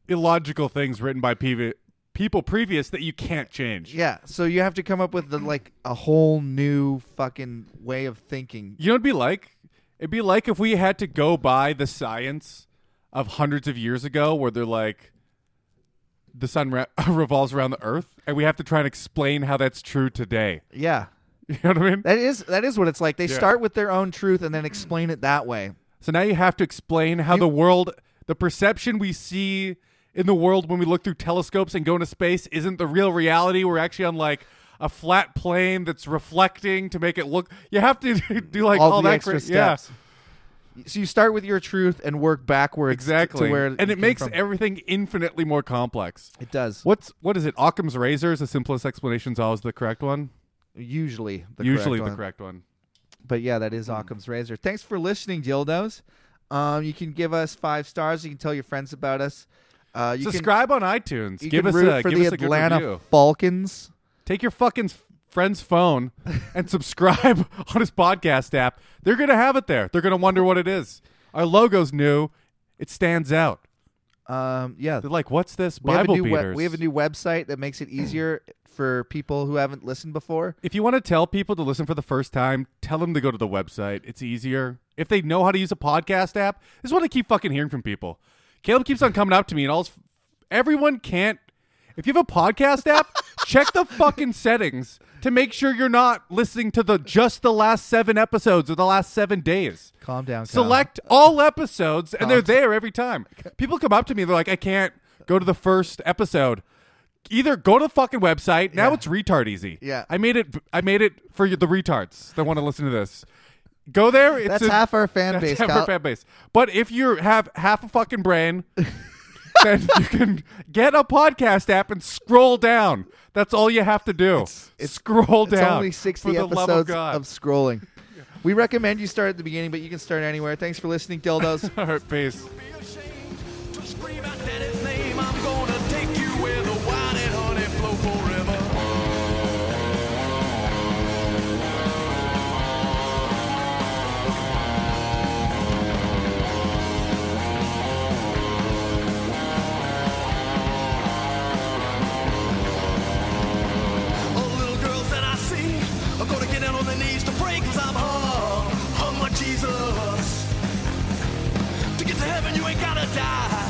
Speaker 2: illogical things written by PV- people previous that you can't change.
Speaker 1: Yeah, so you have to come up with the, like a whole new fucking way of thinking.
Speaker 2: You know what it'd be like? It'd be like if we had to go by the science of hundreds of years ago where they're like, the sun re- [LAUGHS] revolves around the earth, and we have to try and explain how that's true today. [LAUGHS]
Speaker 1: Yeah.
Speaker 2: You know what I mean?
Speaker 1: That is that is what it's like. They
Speaker 2: Yeah.
Speaker 1: start with their own truth and then explain it that way.
Speaker 2: So now you have to explain how the world, the perception we see in the world when we look through telescopes and go into space, isn't the real reality. We're actually on like a flat plane that's reflecting to make it look. You have to [LAUGHS] do like all,
Speaker 1: all, the
Speaker 2: that
Speaker 1: extra
Speaker 2: cra- yeah,
Speaker 1: steps. So you start with your truth and work backwards t-
Speaker 2: exactly.
Speaker 1: to where you
Speaker 2: and it
Speaker 1: came
Speaker 2: makes
Speaker 1: from.
Speaker 2: everything infinitely more complex.
Speaker 1: it does
Speaker 2: What's what is it? Occam's razor is the simplest explanation is always the correct one.
Speaker 1: usually the correct
Speaker 2: Usually the
Speaker 1: one.
Speaker 2: correct one.
Speaker 1: But yeah, that is Occam's razor. Thanks for listening, dildos. Um, you can give us five stars. You can tell your friends about us. Uh, you
Speaker 2: Subscribe on iTunes.
Speaker 1: Can, you
Speaker 2: give
Speaker 1: can
Speaker 2: us
Speaker 1: root
Speaker 2: a
Speaker 1: for
Speaker 2: give
Speaker 1: the
Speaker 2: us a
Speaker 1: Atlanta
Speaker 2: good review.
Speaker 1: Falcons.
Speaker 2: Take your fucking f-
Speaker 1: [LAUGHS]
Speaker 2: friend's phone and subscribe [LAUGHS] on his podcast app. They're going to have it there. They're going to wonder what it is. Our logo's new. It stands out.
Speaker 1: Um, yeah,
Speaker 2: They're like, what's this?
Speaker 1: We have, a
Speaker 2: Bible
Speaker 1: new we-
Speaker 2: beaters.
Speaker 1: we have a new website that makes it easier for people who haven't listened before.
Speaker 2: if you want to tell people to listen for the first time, tell them to go to the website. It's easier. If they know how to use a podcast app, this is what I keep fucking hearing from people. Caleb keeps on coming up to me and all his, everyone can't. If you have a podcast app,
Speaker 1: [LAUGHS]
Speaker 2: check the fucking settings to make sure you're not listening to the just the last seven episodes or the last seven days.
Speaker 1: Calm down. Kyle.
Speaker 2: Select all episodes, and they're there every time. People come up to me, they're like, I can't go to the first episode. Either go to the fucking website. Now it's retard easy.
Speaker 1: Yeah.
Speaker 2: I made it. I made it for the retards that want to listen to this. Go there. It's
Speaker 1: That's
Speaker 2: a-
Speaker 1: half our fan
Speaker 2: that's
Speaker 1: base,
Speaker 2: half
Speaker 1: Kyle.
Speaker 2: our fan base. But if you have half a
Speaker 1: [LAUGHS]
Speaker 2: fucking brain, then you can get a podcast app and scroll down. That's all you have to do.
Speaker 1: it's-
Speaker 2: scroll
Speaker 1: It's
Speaker 2: down.
Speaker 1: only
Speaker 2: for
Speaker 1: sixty
Speaker 2: the love of
Speaker 1: episodes
Speaker 2: God.
Speaker 1: of scrolling. We recommend you start at the beginning, but you can start anywhere. Thanks for listening,
Speaker 2: [LAUGHS]
Speaker 1: dildos.
Speaker 2: [LAUGHS] all right, peace.
Speaker 3: be ashamed to scream out daddy's name. I'm gonna take you where the wine and honey flow forever. All the little girls that I see are gonna get down on their knees to pray, cause I'm hung, hung like Jesus. To get to heaven, you ain't gotta die. Oh,